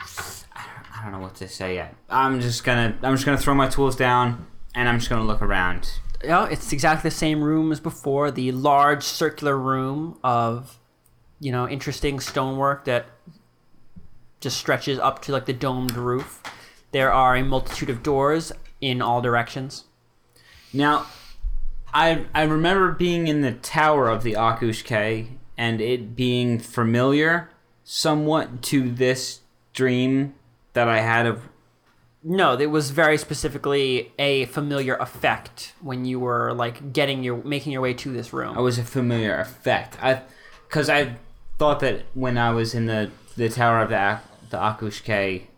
Speaker 6: I don't know what to say yet. I'm just gonna I'm just gonna throw my tools down, and I'm just gonna look around.
Speaker 1: Yeah, it's exactly the same room as before. The large circular room of, you know, interesting stonework that just stretches up to like the domed roof. There are a multitude of doors in all directions.
Speaker 6: Now, I I remember being in the tower of the Akushke and it being familiar somewhat to this dream that I had of
Speaker 1: No, it was very specifically a familiar effect when you were like getting your making your way to this room.
Speaker 6: I was a familiar effect. I because I thought that when I was in the the tower of the Ak- the Akushke,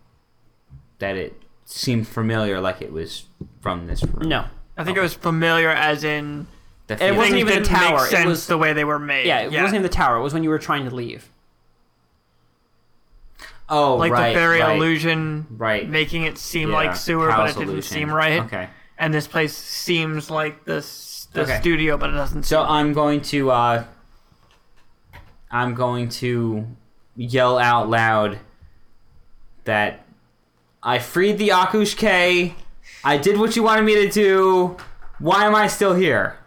Speaker 6: that it seemed familiar, like it was from this room.
Speaker 1: No.
Speaker 5: I think it was familiar, as in
Speaker 6: The
Speaker 1: It wasn't
Speaker 5: things
Speaker 1: even a
Speaker 5: didn't
Speaker 1: tower,
Speaker 5: Make
Speaker 1: it
Speaker 5: sense
Speaker 1: was-
Speaker 5: the way they were made.
Speaker 1: Yeah, it wasn't in the tower. It was when you were trying to leave.
Speaker 6: oh
Speaker 5: like
Speaker 6: right,
Speaker 5: the very
Speaker 6: right,
Speaker 5: illusion,
Speaker 6: right.
Speaker 5: making it seem
Speaker 6: Yeah,
Speaker 5: like
Speaker 6: the
Speaker 5: sewer, but it
Speaker 6: palace
Speaker 5: didn't
Speaker 6: illusion.
Speaker 5: seem right.
Speaker 6: Okay,
Speaker 5: And this place seems like this the
Speaker 6: Okay.
Speaker 5: studio, but it doesn't.
Speaker 6: so I'm going to uh, I'm going to yell out loud that I freed the Akushke. I did what you wanted me to do. Why am I still here?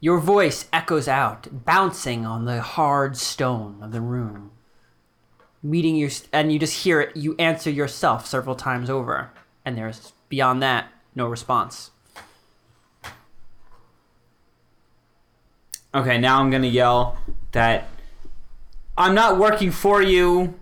Speaker 1: Your voice echoes out, bouncing on the hard stone of the room. Meeting your, and you just hear it. You answer yourself several times over, and there's beyond that no response.
Speaker 6: Okay, now I'm gonna yell that I'm not working for you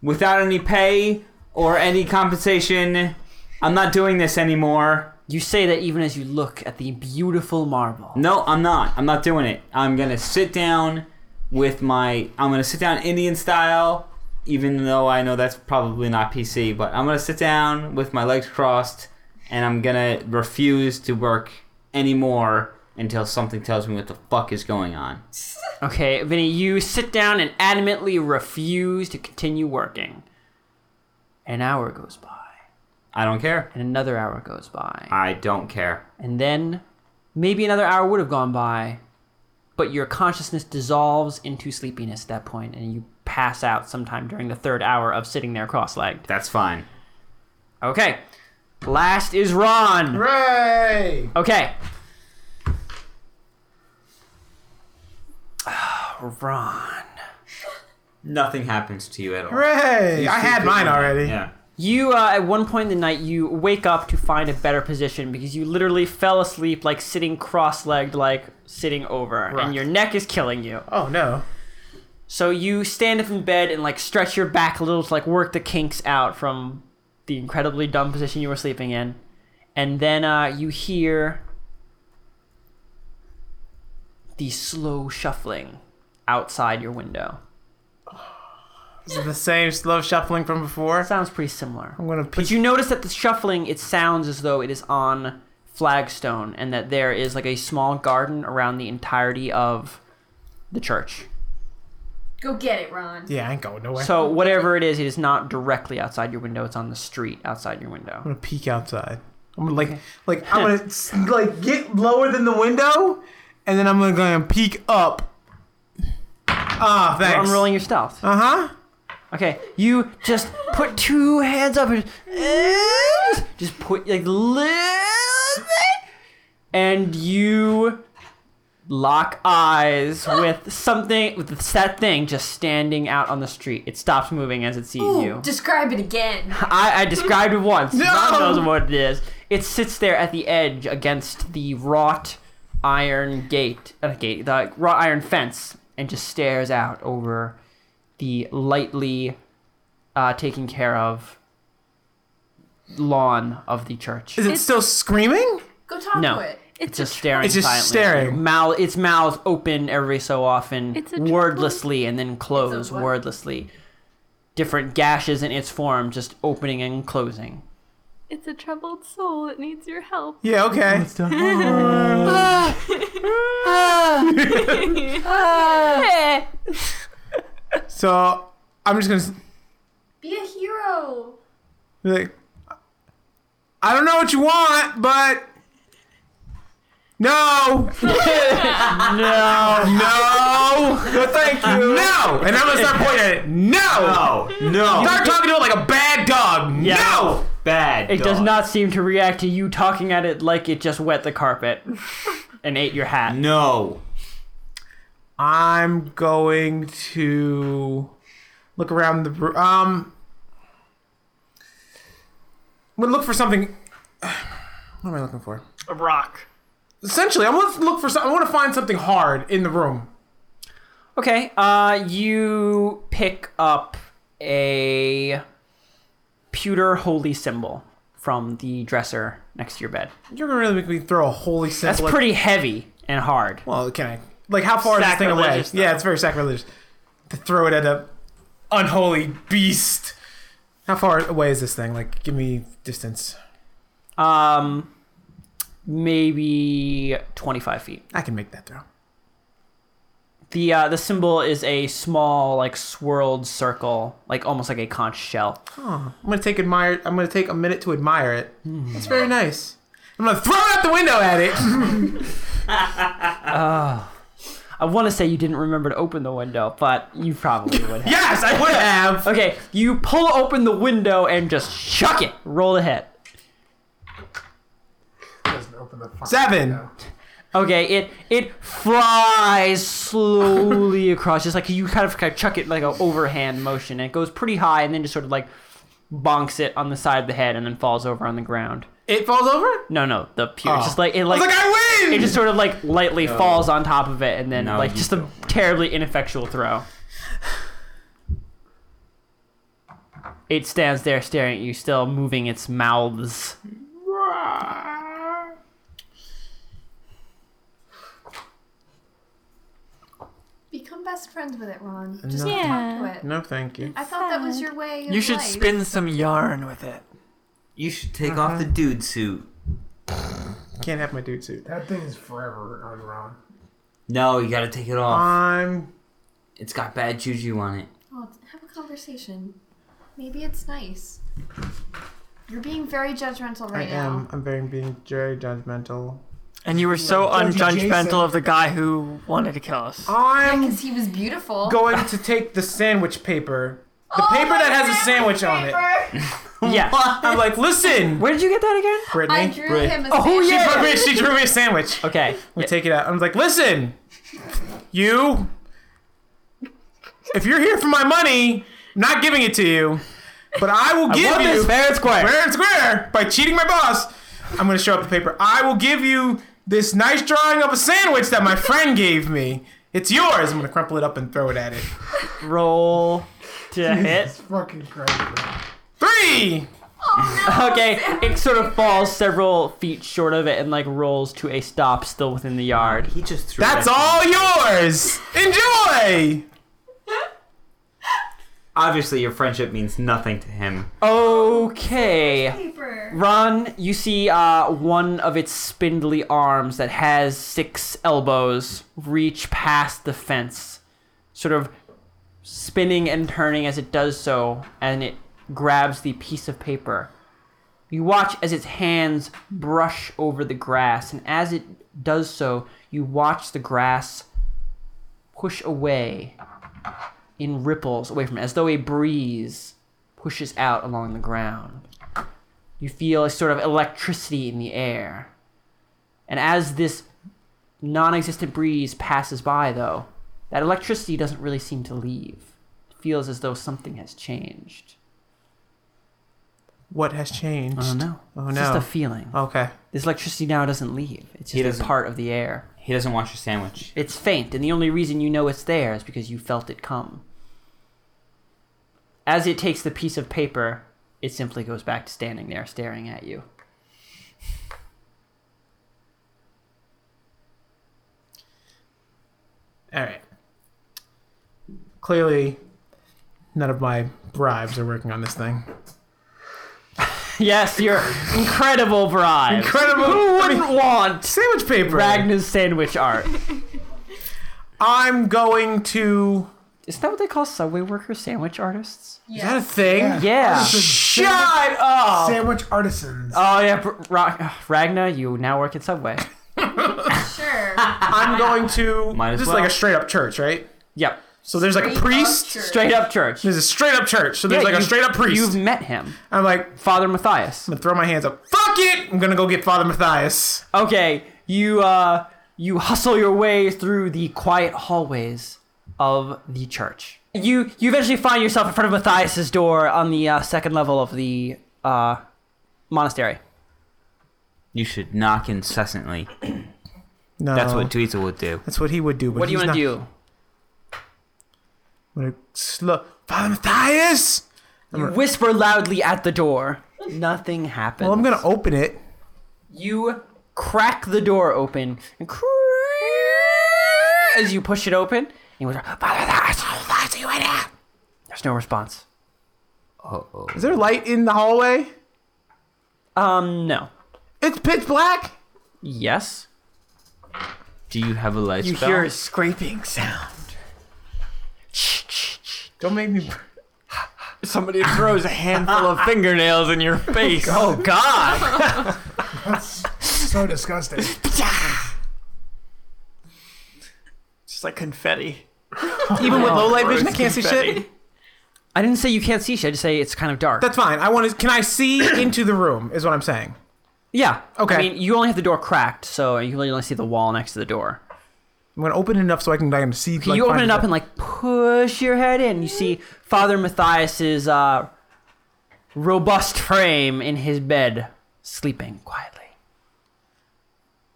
Speaker 6: without any pay or any compensation. I'm not doing this anymore.
Speaker 1: You say that even as you look at the beautiful marble.
Speaker 6: No, I'm not. I'm not doing it. I'm gonna sit down with my. I'm gonna sit down Indian style, even though I know that's probably not PC, but I'm gonna sit down with my legs crossed and I'm gonna refuse to work anymore until something tells me what the fuck is going on.
Speaker 1: Okay, Vinny, you sit down and adamantly refuse to continue working. An hour goes by,
Speaker 6: I don't care.
Speaker 1: and another hour goes by.
Speaker 6: I don't care.
Speaker 1: And then maybe another hour would have gone by, but your consciousness dissolves into sleepiness at that point, and you pass out sometime during the third hour of sitting there cross legged.
Speaker 6: That's fine.
Speaker 1: Okay. Last is Ron.
Speaker 2: Hooray!
Speaker 1: Okay. Ron.
Speaker 6: Nothing happens to you at all.
Speaker 2: Hooray! I had mine already.
Speaker 6: Yeah.
Speaker 1: You, uh, at one point in the night, you wake up to find a better position because you literally fell asleep, like sitting cross legged, like sitting over, and your neck is killing you.
Speaker 7: Oh no.
Speaker 1: So you stand up in bed and like stretch your back a little to like work the kinks out from the incredibly dumb position you were sleeping in, and then uh, you hear the slow shuffling outside your window.
Speaker 7: Is it the same slow shuffling from before?
Speaker 1: Sounds pretty similar.
Speaker 7: I'm gonna
Speaker 1: But
Speaker 7: peek.
Speaker 1: you notice that the shuffling, it sounds as though it is on flagstone, and that there is like a small garden around the entirety of the church.
Speaker 3: Go get it, Ron.
Speaker 7: Yeah, I ain't going nowhere.
Speaker 1: So whatever it is, it is not directly outside your window. It's on the street outside your window.
Speaker 7: I'm gonna peek outside. I'm gonna like like I'm gonna s- like get lower than the window, and then I'm gonna go and peek up. Ah, thanks.
Speaker 1: I'm rolling your stealth.
Speaker 7: Uh huh.
Speaker 1: Okay, you just put two hands up and and just put like little bit, and you lock eyes with something with that thing just standing out on the street. It stops moving as it sees you.
Speaker 3: Describe it again.
Speaker 1: I, I described it once. Ron knows what it is. It sits there at the edge against the wrought iron gate, uh, gate, the wrought iron fence, and just stares out over the lightly uh, taken care of lawn of the church.
Speaker 7: Is it
Speaker 8: It's-
Speaker 7: still screaming?
Speaker 3: Go talk
Speaker 1: No.
Speaker 3: to it.
Speaker 8: It's
Speaker 1: just
Speaker 8: a
Speaker 1: staring.
Speaker 7: It's just
Speaker 1: silently.
Speaker 7: staring.
Speaker 1: Mouth, its mouth open every so often,
Speaker 8: It's a trickle.
Speaker 1: wordlessly, and then close
Speaker 3: what?
Speaker 1: wordlessly. Different gashes in its form, just opening and closing.
Speaker 8: It's a troubled soul. It needs your help.
Speaker 7: Yeah. Okay. so I'm just gonna s-
Speaker 3: Be a hero.
Speaker 7: be like, I don't know what you want, but no,
Speaker 6: No.
Speaker 7: no, no, thank you, no. And I'm gonna start pointing at it. No.
Speaker 6: No. No.
Speaker 7: Start talking to it like a bad dog. No.
Speaker 6: Bad.
Speaker 1: It does not seem to react to you talking at it like it just wet the carpet and ate your hat.
Speaker 6: No.
Speaker 7: I'm going to look around the room. Um, I'm gonna look for something. What am I looking for?
Speaker 5: A rock.
Speaker 7: Essentially, I'm gonna look for. Some, I want to find something hard in the room.
Speaker 1: Okay, uh, you pick up a pewter holy symbol from the dresser next to your bed.
Speaker 7: You're gonna really make me throw a holy
Speaker 1: That's
Speaker 7: symbol. at-
Speaker 1: pretty heavy and hard.
Speaker 7: Well, can I Like, how far is this thing away?
Speaker 5: Sacrilegious, though.
Speaker 7: Yeah, it's very sacrilegious to throw it at a unholy beast. How far away is this thing? Like, give me distance.
Speaker 1: Um, maybe 25 feet.
Speaker 7: I can make that throw.
Speaker 1: The uh, the symbol is a small, like swirled circle, like almost like a conch shell.
Speaker 7: I'm gonna take admire. I'm gonna take a minute to admire it. It's very nice. I'm gonna throw it out the window at it.
Speaker 1: I want to say you didn't remember to open the window, but you probably would have.
Speaker 7: yes, I would have.
Speaker 1: Okay, you pull open the window and just chuck it. Roll a hit.
Speaker 2: Doesn't open the fucking
Speaker 7: Seven.
Speaker 2: window.
Speaker 1: Okay, it it flies slowly across, just like you kind of, kind of chuck it like an overhand motion. And it goes pretty high, and then just sort of like bonks it on the side of the head, and then falls over on the ground.
Speaker 7: It falls over.
Speaker 1: No, no, the pure,
Speaker 7: Oh.
Speaker 1: just like it
Speaker 7: I was
Speaker 1: like,
Speaker 7: like, I win.
Speaker 1: it just sort of like lightly falls on top of it, and then
Speaker 6: No,
Speaker 1: like
Speaker 6: you
Speaker 1: just a
Speaker 6: don't.
Speaker 1: terribly ineffectual throw. It stands there staring at you, still moving its mouths.
Speaker 3: Become best friends with it, Ron. Just
Speaker 7: No.
Speaker 3: talk
Speaker 8: Yeah.
Speaker 3: to it.
Speaker 7: no, thank you.
Speaker 3: I thought that was your way. Of
Speaker 5: You should
Speaker 3: life.
Speaker 5: spin some yarn with it.
Speaker 6: You should take off
Speaker 2: Uh-huh.
Speaker 6: the dude suit.
Speaker 7: Can't have my dude suit.
Speaker 2: That thing is forever on Ron.
Speaker 6: No, you gotta take it off.
Speaker 7: I'm.
Speaker 6: It's got bad juju on it.
Speaker 3: Oh, have a conversation. Maybe it's nice. You're being very judgmental
Speaker 7: I
Speaker 3: right
Speaker 7: am.
Speaker 3: now.
Speaker 7: I'm very being very judgmental.
Speaker 5: And you were so
Speaker 2: Judge Jason.
Speaker 5: unjudgmental of the guy who wanted to kill us.
Speaker 7: I'm
Speaker 3: Because he was beautiful.
Speaker 7: going to take the sandwich paper.
Speaker 3: Oh
Speaker 7: The paper that has a sandwich on it.
Speaker 1: Yeah.
Speaker 7: I'm like, listen,
Speaker 1: Where did you get that again?
Speaker 7: Brittany.
Speaker 3: I drew him a
Speaker 1: Oh,
Speaker 3: sandwich.
Speaker 1: yeah.
Speaker 7: She drew me- she drew me a sandwich.
Speaker 1: Okay.
Speaker 7: We take it out. I'm like, listen, you, if you're here for my money, I'm not giving it to you, but I will give
Speaker 1: want
Speaker 7: you
Speaker 1: this fair and square.
Speaker 7: fair and square by cheating my boss. I'm gonna show up the paper. I will give you this nice drawing of a sandwich that my friend gave me. It's yours. I'm gonna crumple it up and throw it at it.
Speaker 1: Roll to hit.
Speaker 2: It's fucking crazy.
Speaker 7: Three.
Speaker 1: Okay, it sort of falls several feet short of it and like rolls to a stop, still within the yard.
Speaker 6: He just threw
Speaker 7: That's
Speaker 6: it at me.
Speaker 7: all yours. Enjoy.
Speaker 6: Obviously, your friendship means nothing to him.
Speaker 1: Oh. Okay.
Speaker 3: Paper.
Speaker 1: Ron, you see uh, one of its spindly arms that has six elbows reach past the fence, sort of spinning and turning as it does so, and it grabs the piece of paper. You watch as its hands brush over the grass, and as it does so, you watch the grass push away in ripples away from it, as though a breeze pushes out along the ground. You feel a sort of electricity in the air. And as this non existent breeze passes by, though, that electricity doesn't really seem to leave. It feels as though something has changed.
Speaker 7: What has changed?
Speaker 1: I don't know.
Speaker 7: Oh,
Speaker 1: It's just
Speaker 7: no.
Speaker 1: a feeling.
Speaker 7: Okay.
Speaker 1: This electricity now doesn't leave, it's
Speaker 6: He
Speaker 1: just a
Speaker 6: doesn't-
Speaker 1: part of the air.
Speaker 6: He doesn't want your sandwich.
Speaker 1: It's faint, and the only reason you know it's there is because you felt it come. As it takes the piece of paper, it simply goes back to standing there staring at you.
Speaker 7: All right. Clearly, none of my bribes are working on this thing.
Speaker 1: yes, your incredible bribe.
Speaker 7: Incredible.
Speaker 1: Who
Speaker 7: I mean,
Speaker 1: wouldn't want
Speaker 7: sandwich paper.
Speaker 1: Ragnar's sandwich art?
Speaker 7: I'm going to.
Speaker 1: Isn't that what they call subway workers sandwich artists?
Speaker 7: Is that a thing?
Speaker 1: Yeah.
Speaker 7: Shut up.
Speaker 2: Sandwich artisans.
Speaker 1: Oh yeah, Br- Ra- ugh, Ragnar, you now work at Subway.
Speaker 3: Sure.
Speaker 7: I'm going to.
Speaker 6: Might as
Speaker 7: this is
Speaker 6: well.
Speaker 7: like a straight up church, right?
Speaker 1: Yep.
Speaker 7: So there's like a priest.
Speaker 1: Straight up church.
Speaker 7: There's a straight up church. So there's
Speaker 1: Yeah,
Speaker 7: like a
Speaker 1: you-
Speaker 7: straight up priest.
Speaker 1: You've met him,
Speaker 7: I'm like, I'm
Speaker 1: Father Matthias.
Speaker 7: gonna throw my hands up. Fuck it! I'm gonna go get Father Matthias.
Speaker 1: Okay, you uh, you hustle your way through the quiet hallways of the church. You you eventually find yourself in front of Matthias's door on the uh, second level of the uh, monastery.
Speaker 6: You should knock incessantly.
Speaker 7: No.
Speaker 6: That's what Dweezil would do.
Speaker 7: That's what he would do. But
Speaker 1: What do you
Speaker 7: want to
Speaker 1: do?
Speaker 7: I'm gonna slow. Father Matthias.
Speaker 1: Whisper loudly at the door. Nothing happens.
Speaker 7: Well, I'm gonna open it.
Speaker 1: You crack the door open and crack as you push it open. And he was like, There's no response.
Speaker 7: Is there light in the hallway?
Speaker 1: Um, no.
Speaker 7: It's pitch black.
Speaker 1: Yes.
Speaker 6: Do you have a light
Speaker 5: You
Speaker 6: spell?
Speaker 5: hear a scraping sound.
Speaker 7: Don't make me.
Speaker 5: Somebody throws a handful of fingernails in your face.
Speaker 1: Oh God.
Speaker 2: That's so disgusting.
Speaker 5: Just like confetti.
Speaker 7: Even with low light vision, I
Speaker 5: Gross
Speaker 7: can't see shit.
Speaker 5: confetti.
Speaker 1: I didn't say you can't see shit. I just say it's kind of dark.
Speaker 7: That's fine. I want to. Can I see into the room? Is what I'm saying.
Speaker 1: yeah.
Speaker 7: Okay.
Speaker 1: I mean, you only have the door cracked, so you really only see the wall next to the door.
Speaker 7: I'm gonna open it enough so I can, I can see.
Speaker 1: But
Speaker 7: like,
Speaker 1: you open
Speaker 7: find
Speaker 1: it up and like push your head in. You see Father Matthias's uh, robust frame in his bed, sleeping quietly.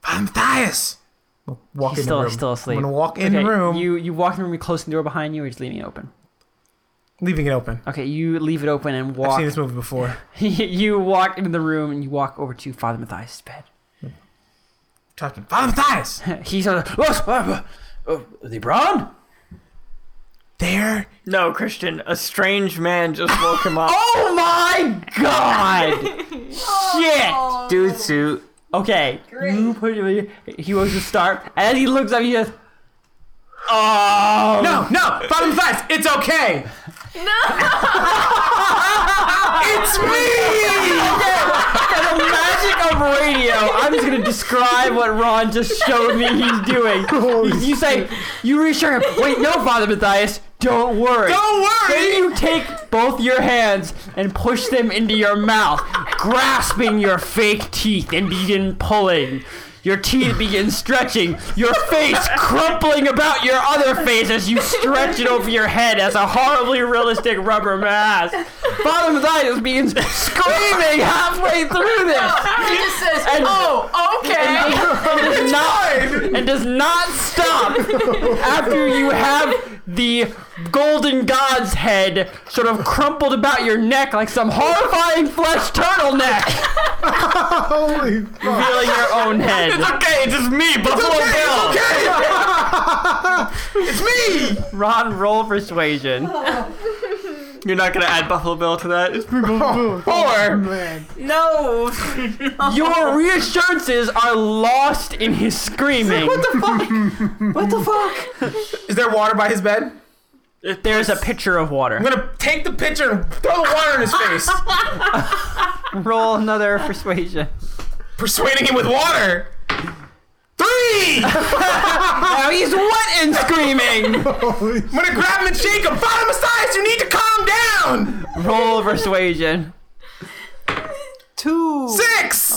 Speaker 7: I'm Matthias. Walk
Speaker 1: He's
Speaker 7: in
Speaker 1: still
Speaker 7: the room.
Speaker 1: still asleep.
Speaker 7: I'm gonna walk in the
Speaker 1: Okay,
Speaker 7: room,
Speaker 1: You you walk in the room. You close the door behind you, or just leaving it open.
Speaker 7: leaving it open.
Speaker 1: Okay, you leave it open and
Speaker 7: I've
Speaker 1: walk.
Speaker 7: seen this movie before.
Speaker 1: you walk into the room and you walk over to Father Matthias' bed.
Speaker 7: Trust me. Father Matthias.
Speaker 1: He's sort of, "Oh, uh, uh, LeBron?
Speaker 7: There.
Speaker 5: No, Christian, a strange man just woke him up.
Speaker 1: Oh my God! Shit!
Speaker 6: Dude suit.
Speaker 1: Okay, you put him. in- He was to start, and he looks up. He goes, "Oh
Speaker 7: No, no, Father Matthias. It's okay.
Speaker 8: No!
Speaker 7: It's me.
Speaker 1: By the magic of radio, I'm just gonna describe what Ron just showed me he's doing. You, you say, you reassure him, wait, no, Father Matthias, don't worry.
Speaker 7: Don't
Speaker 1: Then
Speaker 7: worry.
Speaker 1: you take both your hands and push them into your mouth, grasping your fake teeth and begin pulling. Your teeth begin stretching, your face crumpling about your other face as you stretch it over your head as a horribly realistic rubber mass. Father Matthias begins screaming halfway through this
Speaker 3: He just says,
Speaker 1: And-
Speaker 3: "Oh, okay."
Speaker 1: and does not and does not stop after you have the golden god's head sort of crumpled about your neck like some horrifying flesh turtleneck,
Speaker 2: Holy fuck.
Speaker 1: revealing your own head.
Speaker 5: okay, it's just me, Buffalo Bill.
Speaker 7: It's me.
Speaker 1: Ron, roll persuasion.
Speaker 5: You're not gonna add Buffalo Bill to that. It's me.
Speaker 1: Or
Speaker 2: Man.
Speaker 1: no, your reassurances are lost in his screaming. What the fuck? What the fuck?
Speaker 7: Is there water by his bed?
Speaker 1: There's a pitcher of water.
Speaker 7: I'm gonna take the pitcher and throw the water in his face,
Speaker 1: Roll another persuasion.
Speaker 7: persuading him with water. Three. I'm
Speaker 1: Now Oh, he's wet and screaming.
Speaker 2: Holy shit.
Speaker 7: gonna grab him and shake him. Father Matthias, you need to calm down.
Speaker 1: Roll persuasion. Two.
Speaker 7: Six.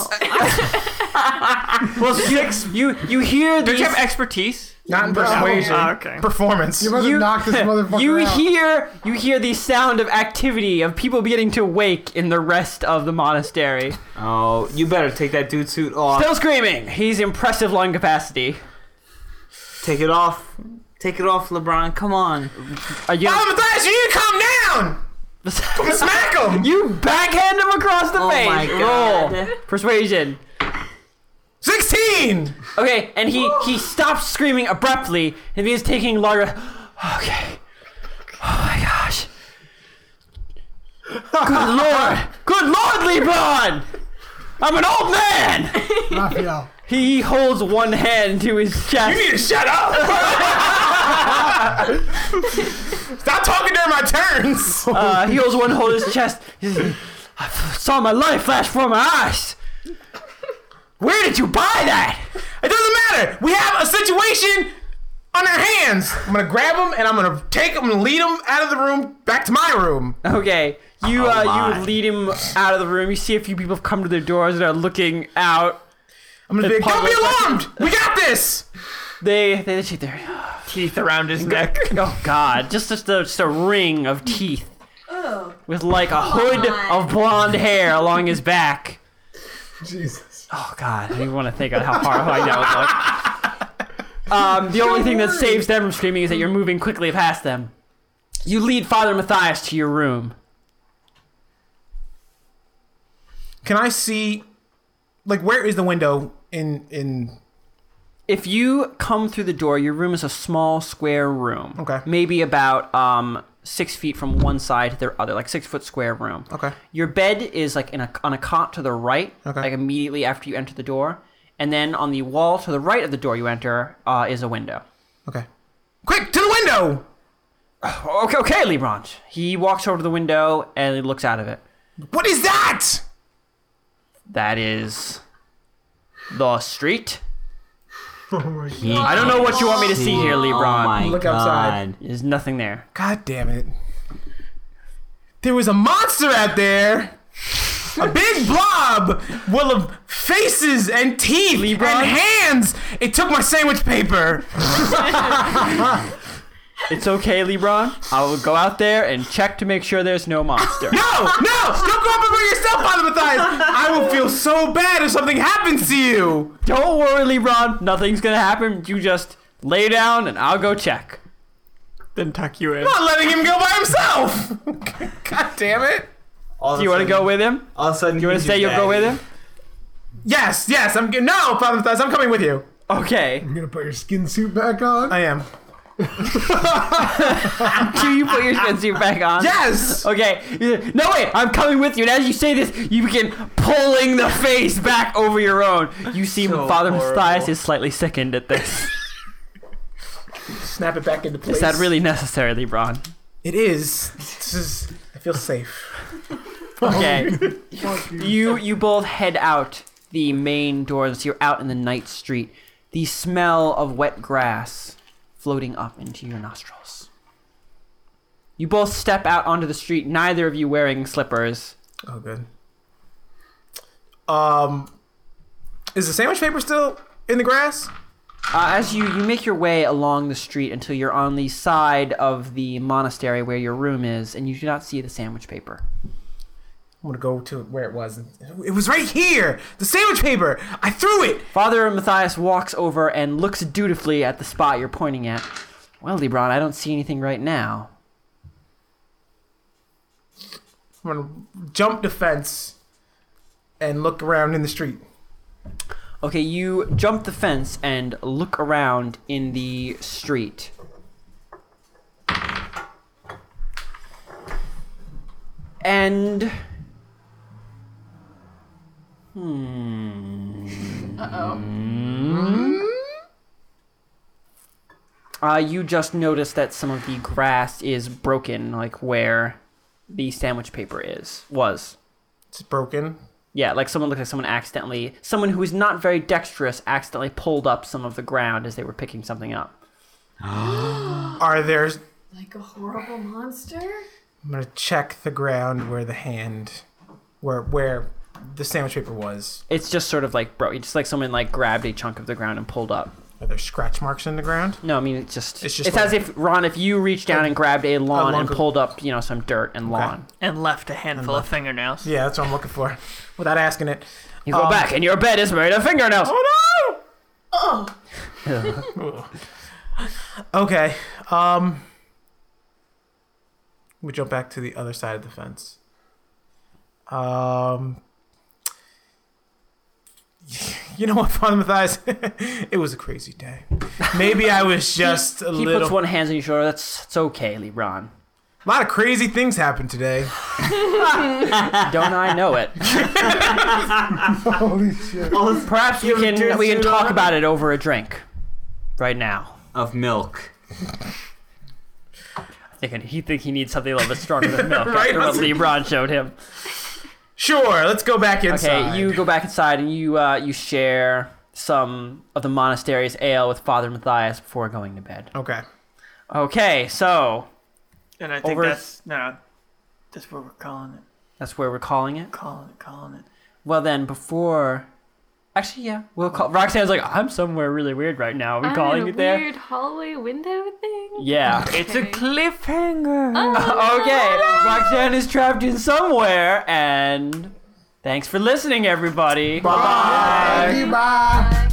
Speaker 1: Well, six. You you hear
Speaker 5: Do
Speaker 1: these,
Speaker 5: you have expertise?
Speaker 7: Not in persuasion.
Speaker 5: Ah, okay.
Speaker 7: Performance.
Speaker 2: You're about to
Speaker 1: You-
Speaker 2: knock this motherfucker
Speaker 1: you
Speaker 2: out.
Speaker 1: hear you hear the sound of activity of people beginning to wake in the rest of the monastery.
Speaker 6: Oh, you better take that dude suit off.
Speaker 1: Still screaming. He's impressive lung capacity.
Speaker 6: Take it off. Take it off, LeBron. Come on.
Speaker 1: Are you
Speaker 7: Father Matthias, you need to calm down. Smack him.
Speaker 1: you backhand him across the face.
Speaker 6: my God.
Speaker 1: Roll persuasion.
Speaker 7: Sixteen.
Speaker 1: Okay, and he he stops screaming abruptly and begins taking larger. Okay. Oh my gosh. Good lord! Good lord, LeBron! I'm an old man.
Speaker 2: Raphael.
Speaker 1: He holds one hand to his chest.
Speaker 7: You need to shut up. Stop talking during my turns.
Speaker 1: Uh, he holds one hold his chest. He says, I f- saw my life flash before my eyes. Where did you buy that?
Speaker 7: It doesn't matter. We have a situation on our hands. I'm gonna grab him and I'm gonna take him and lead him out of the room back to my room.
Speaker 1: Okay, you
Speaker 6: Oh,
Speaker 1: uh,
Speaker 6: my.
Speaker 1: you lead him out of the room. You see a few people have come to their doors and are looking out.
Speaker 7: I'm gonna be like, don't be
Speaker 1: Public-
Speaker 7: alarmed. We got this.
Speaker 1: They they, they shake their
Speaker 5: Teeth around his neck.
Speaker 1: Oh God! Just just a, just a ring of teeth
Speaker 3: Oh,
Speaker 1: with like a hood
Speaker 3: on.
Speaker 1: of blonde hair along his back.
Speaker 2: Jesus.
Speaker 1: Oh God! I don't even want to think of how horrifying that would look. Um, the only thing that saves them from screaming is that you're moving quickly past them. You lead Father Matthias to your room.
Speaker 7: Can I see? Like, where is the window in in
Speaker 1: if you come through the door, your room is a small square room.
Speaker 7: Okay.
Speaker 1: Maybe about um six feet from one side to the other, like six foot square room.
Speaker 7: Okay.
Speaker 1: Your bed is like in a on a cot to the right.
Speaker 7: Okay.
Speaker 1: Like immediately after you enter the door, and then on the wall to the right of the door you enter uh, is a window.
Speaker 7: Okay. Quick, to the window!
Speaker 1: Oh, Okay, okay, Lebrant. He walks over to the window and he looks out of it.
Speaker 7: What is that?
Speaker 1: That is the street.
Speaker 2: Oh my God.
Speaker 1: I don't know what you want me to see here,
Speaker 6: Oh
Speaker 1: Lebron.
Speaker 6: my
Speaker 7: Look
Speaker 6: God.
Speaker 7: outside.
Speaker 1: There's nothing there.
Speaker 7: God damn it. There was a monster out there. A big blob full of faces and teeth and hands. It took my sandwich paper.
Speaker 1: It's okay, Lebron. I will go out there and check to make sure there's no monster.
Speaker 7: No, no, don't go up and bring yourself out of the thighs. I will feel so bad if something happens to you.
Speaker 1: Don't worry, Lebron. Nothing's gonna happen. You just lay down and I'll go check.
Speaker 5: Then tuck you in.
Speaker 7: I'm not letting him go by himself. God damn it.
Speaker 9: All of
Speaker 1: Do you
Speaker 9: a
Speaker 1: want
Speaker 9: sudden-
Speaker 1: to go with him?
Speaker 9: All of a sudden,
Speaker 1: You want to say you'll go with him?
Speaker 7: Yes, yes, I'm g- no problem thighs. I'm coming with you.
Speaker 1: Okay.
Speaker 2: You're gonna put your skin suit back on.
Speaker 7: I am.
Speaker 1: Do you put your skin suit back on?
Speaker 7: Yes.
Speaker 1: Okay. No wait, I'm coming with you. And as you say this, you begin pulling the face back over your own. You see
Speaker 9: So
Speaker 1: Father
Speaker 9: horrible.
Speaker 1: Matthias is slightly sickened at this.
Speaker 7: Snap it back into place.
Speaker 1: is that really necessary, Lebron?
Speaker 7: It is. This is. I feel safe.
Speaker 1: Okay. you you both head out the main door. So you're out in the night street. The smell of wet grass floating up into your nostrils. You both step out onto the street. Neither of you wearing slippers.
Speaker 7: Oh, good. Um, is the sandwich paper still in the grass?
Speaker 1: Uh, as you, you make your way along the street until you're on the side of the monastery where your room is, and you do not see the sandwich paper.
Speaker 7: I'm gonna go to where it was. It was right here. The sandwich paper. I threw it.
Speaker 1: Father Matthias walks over and looks dutifully at the spot you're pointing at. Well, Lebron, I don't see anything right now.
Speaker 7: I'm gonna jump the fence and look around in the street.
Speaker 1: Okay, you jump the fence and look around in the street. And. Hmm. hmm. Uh oh. Uh, you just notice that some of the grass is broken, like where the sandwich paper is. Was.
Speaker 7: It's broken.
Speaker 1: Yeah, like someone looks like someone accidentally, someone who is not very dexterous accidentally pulled up some of the ground as they were picking something up.
Speaker 7: Are there?
Speaker 3: Like a horrible monster?
Speaker 7: I'm gonna check the ground where the hand, where where the sandwich paper was.
Speaker 1: It's just sort of like bro, it's just like someone like grabbed a chunk of the ground and pulled up.
Speaker 7: Are there scratch marks in the ground?
Speaker 1: No, I mean it's just it's,
Speaker 7: It's just
Speaker 1: it's as if Ron, if you reached down and grabbed a lawn and
Speaker 7: longer-
Speaker 1: pulled up, you know, some dirt and lawn,
Speaker 5: And left a handful of fingernails.
Speaker 7: Yeah, that's what I'm looking for. Without asking it.
Speaker 1: you go
Speaker 7: Um,
Speaker 1: back and your bed is made of fingernails.
Speaker 7: Oh no! okay. Um. We jump back to the other side of the fence. Um. You know what, Father Matthias? it was a crazy day. Maybe I was just a
Speaker 1: He
Speaker 7: little.
Speaker 1: puts one hand on your shoulder. That's it's okay, Lebron.
Speaker 7: A lot of crazy things happened today.
Speaker 1: Don't I know it?
Speaker 2: Holy shit.
Speaker 1: Perhaps we can
Speaker 9: dear
Speaker 1: we can
Speaker 9: Suda.
Speaker 1: talk about it over a drink, right now.
Speaker 6: Of milk.
Speaker 1: I think he think he needs something a little bit stronger than milk.
Speaker 7: Right?
Speaker 1: after what Lebron showed him.
Speaker 7: Sure, let's go back inside.
Speaker 1: Okay, you go back inside and you uh, you share some of the monastery's ale with Father Matthias before going to bed.
Speaker 7: Okay.
Speaker 1: Okay, so
Speaker 5: And I think
Speaker 1: Over-
Speaker 5: that's no, that's what we're calling it.
Speaker 1: that's where we're calling it.
Speaker 5: Calling it. Calling it.
Speaker 1: Well, then before, actually, yeah, we'll call. Roxanne's like, I'm somewhere really weird right now. Are we
Speaker 8: I'm
Speaker 1: calling
Speaker 8: in a
Speaker 1: it there?
Speaker 8: Weird hallway window thing.
Speaker 1: Yeah.
Speaker 5: It's a cliffhanger.
Speaker 1: okay, Roxanne is trapped in somewhere, and thanks for listening, everybody.
Speaker 2: Bye. Bye.
Speaker 3: Bye.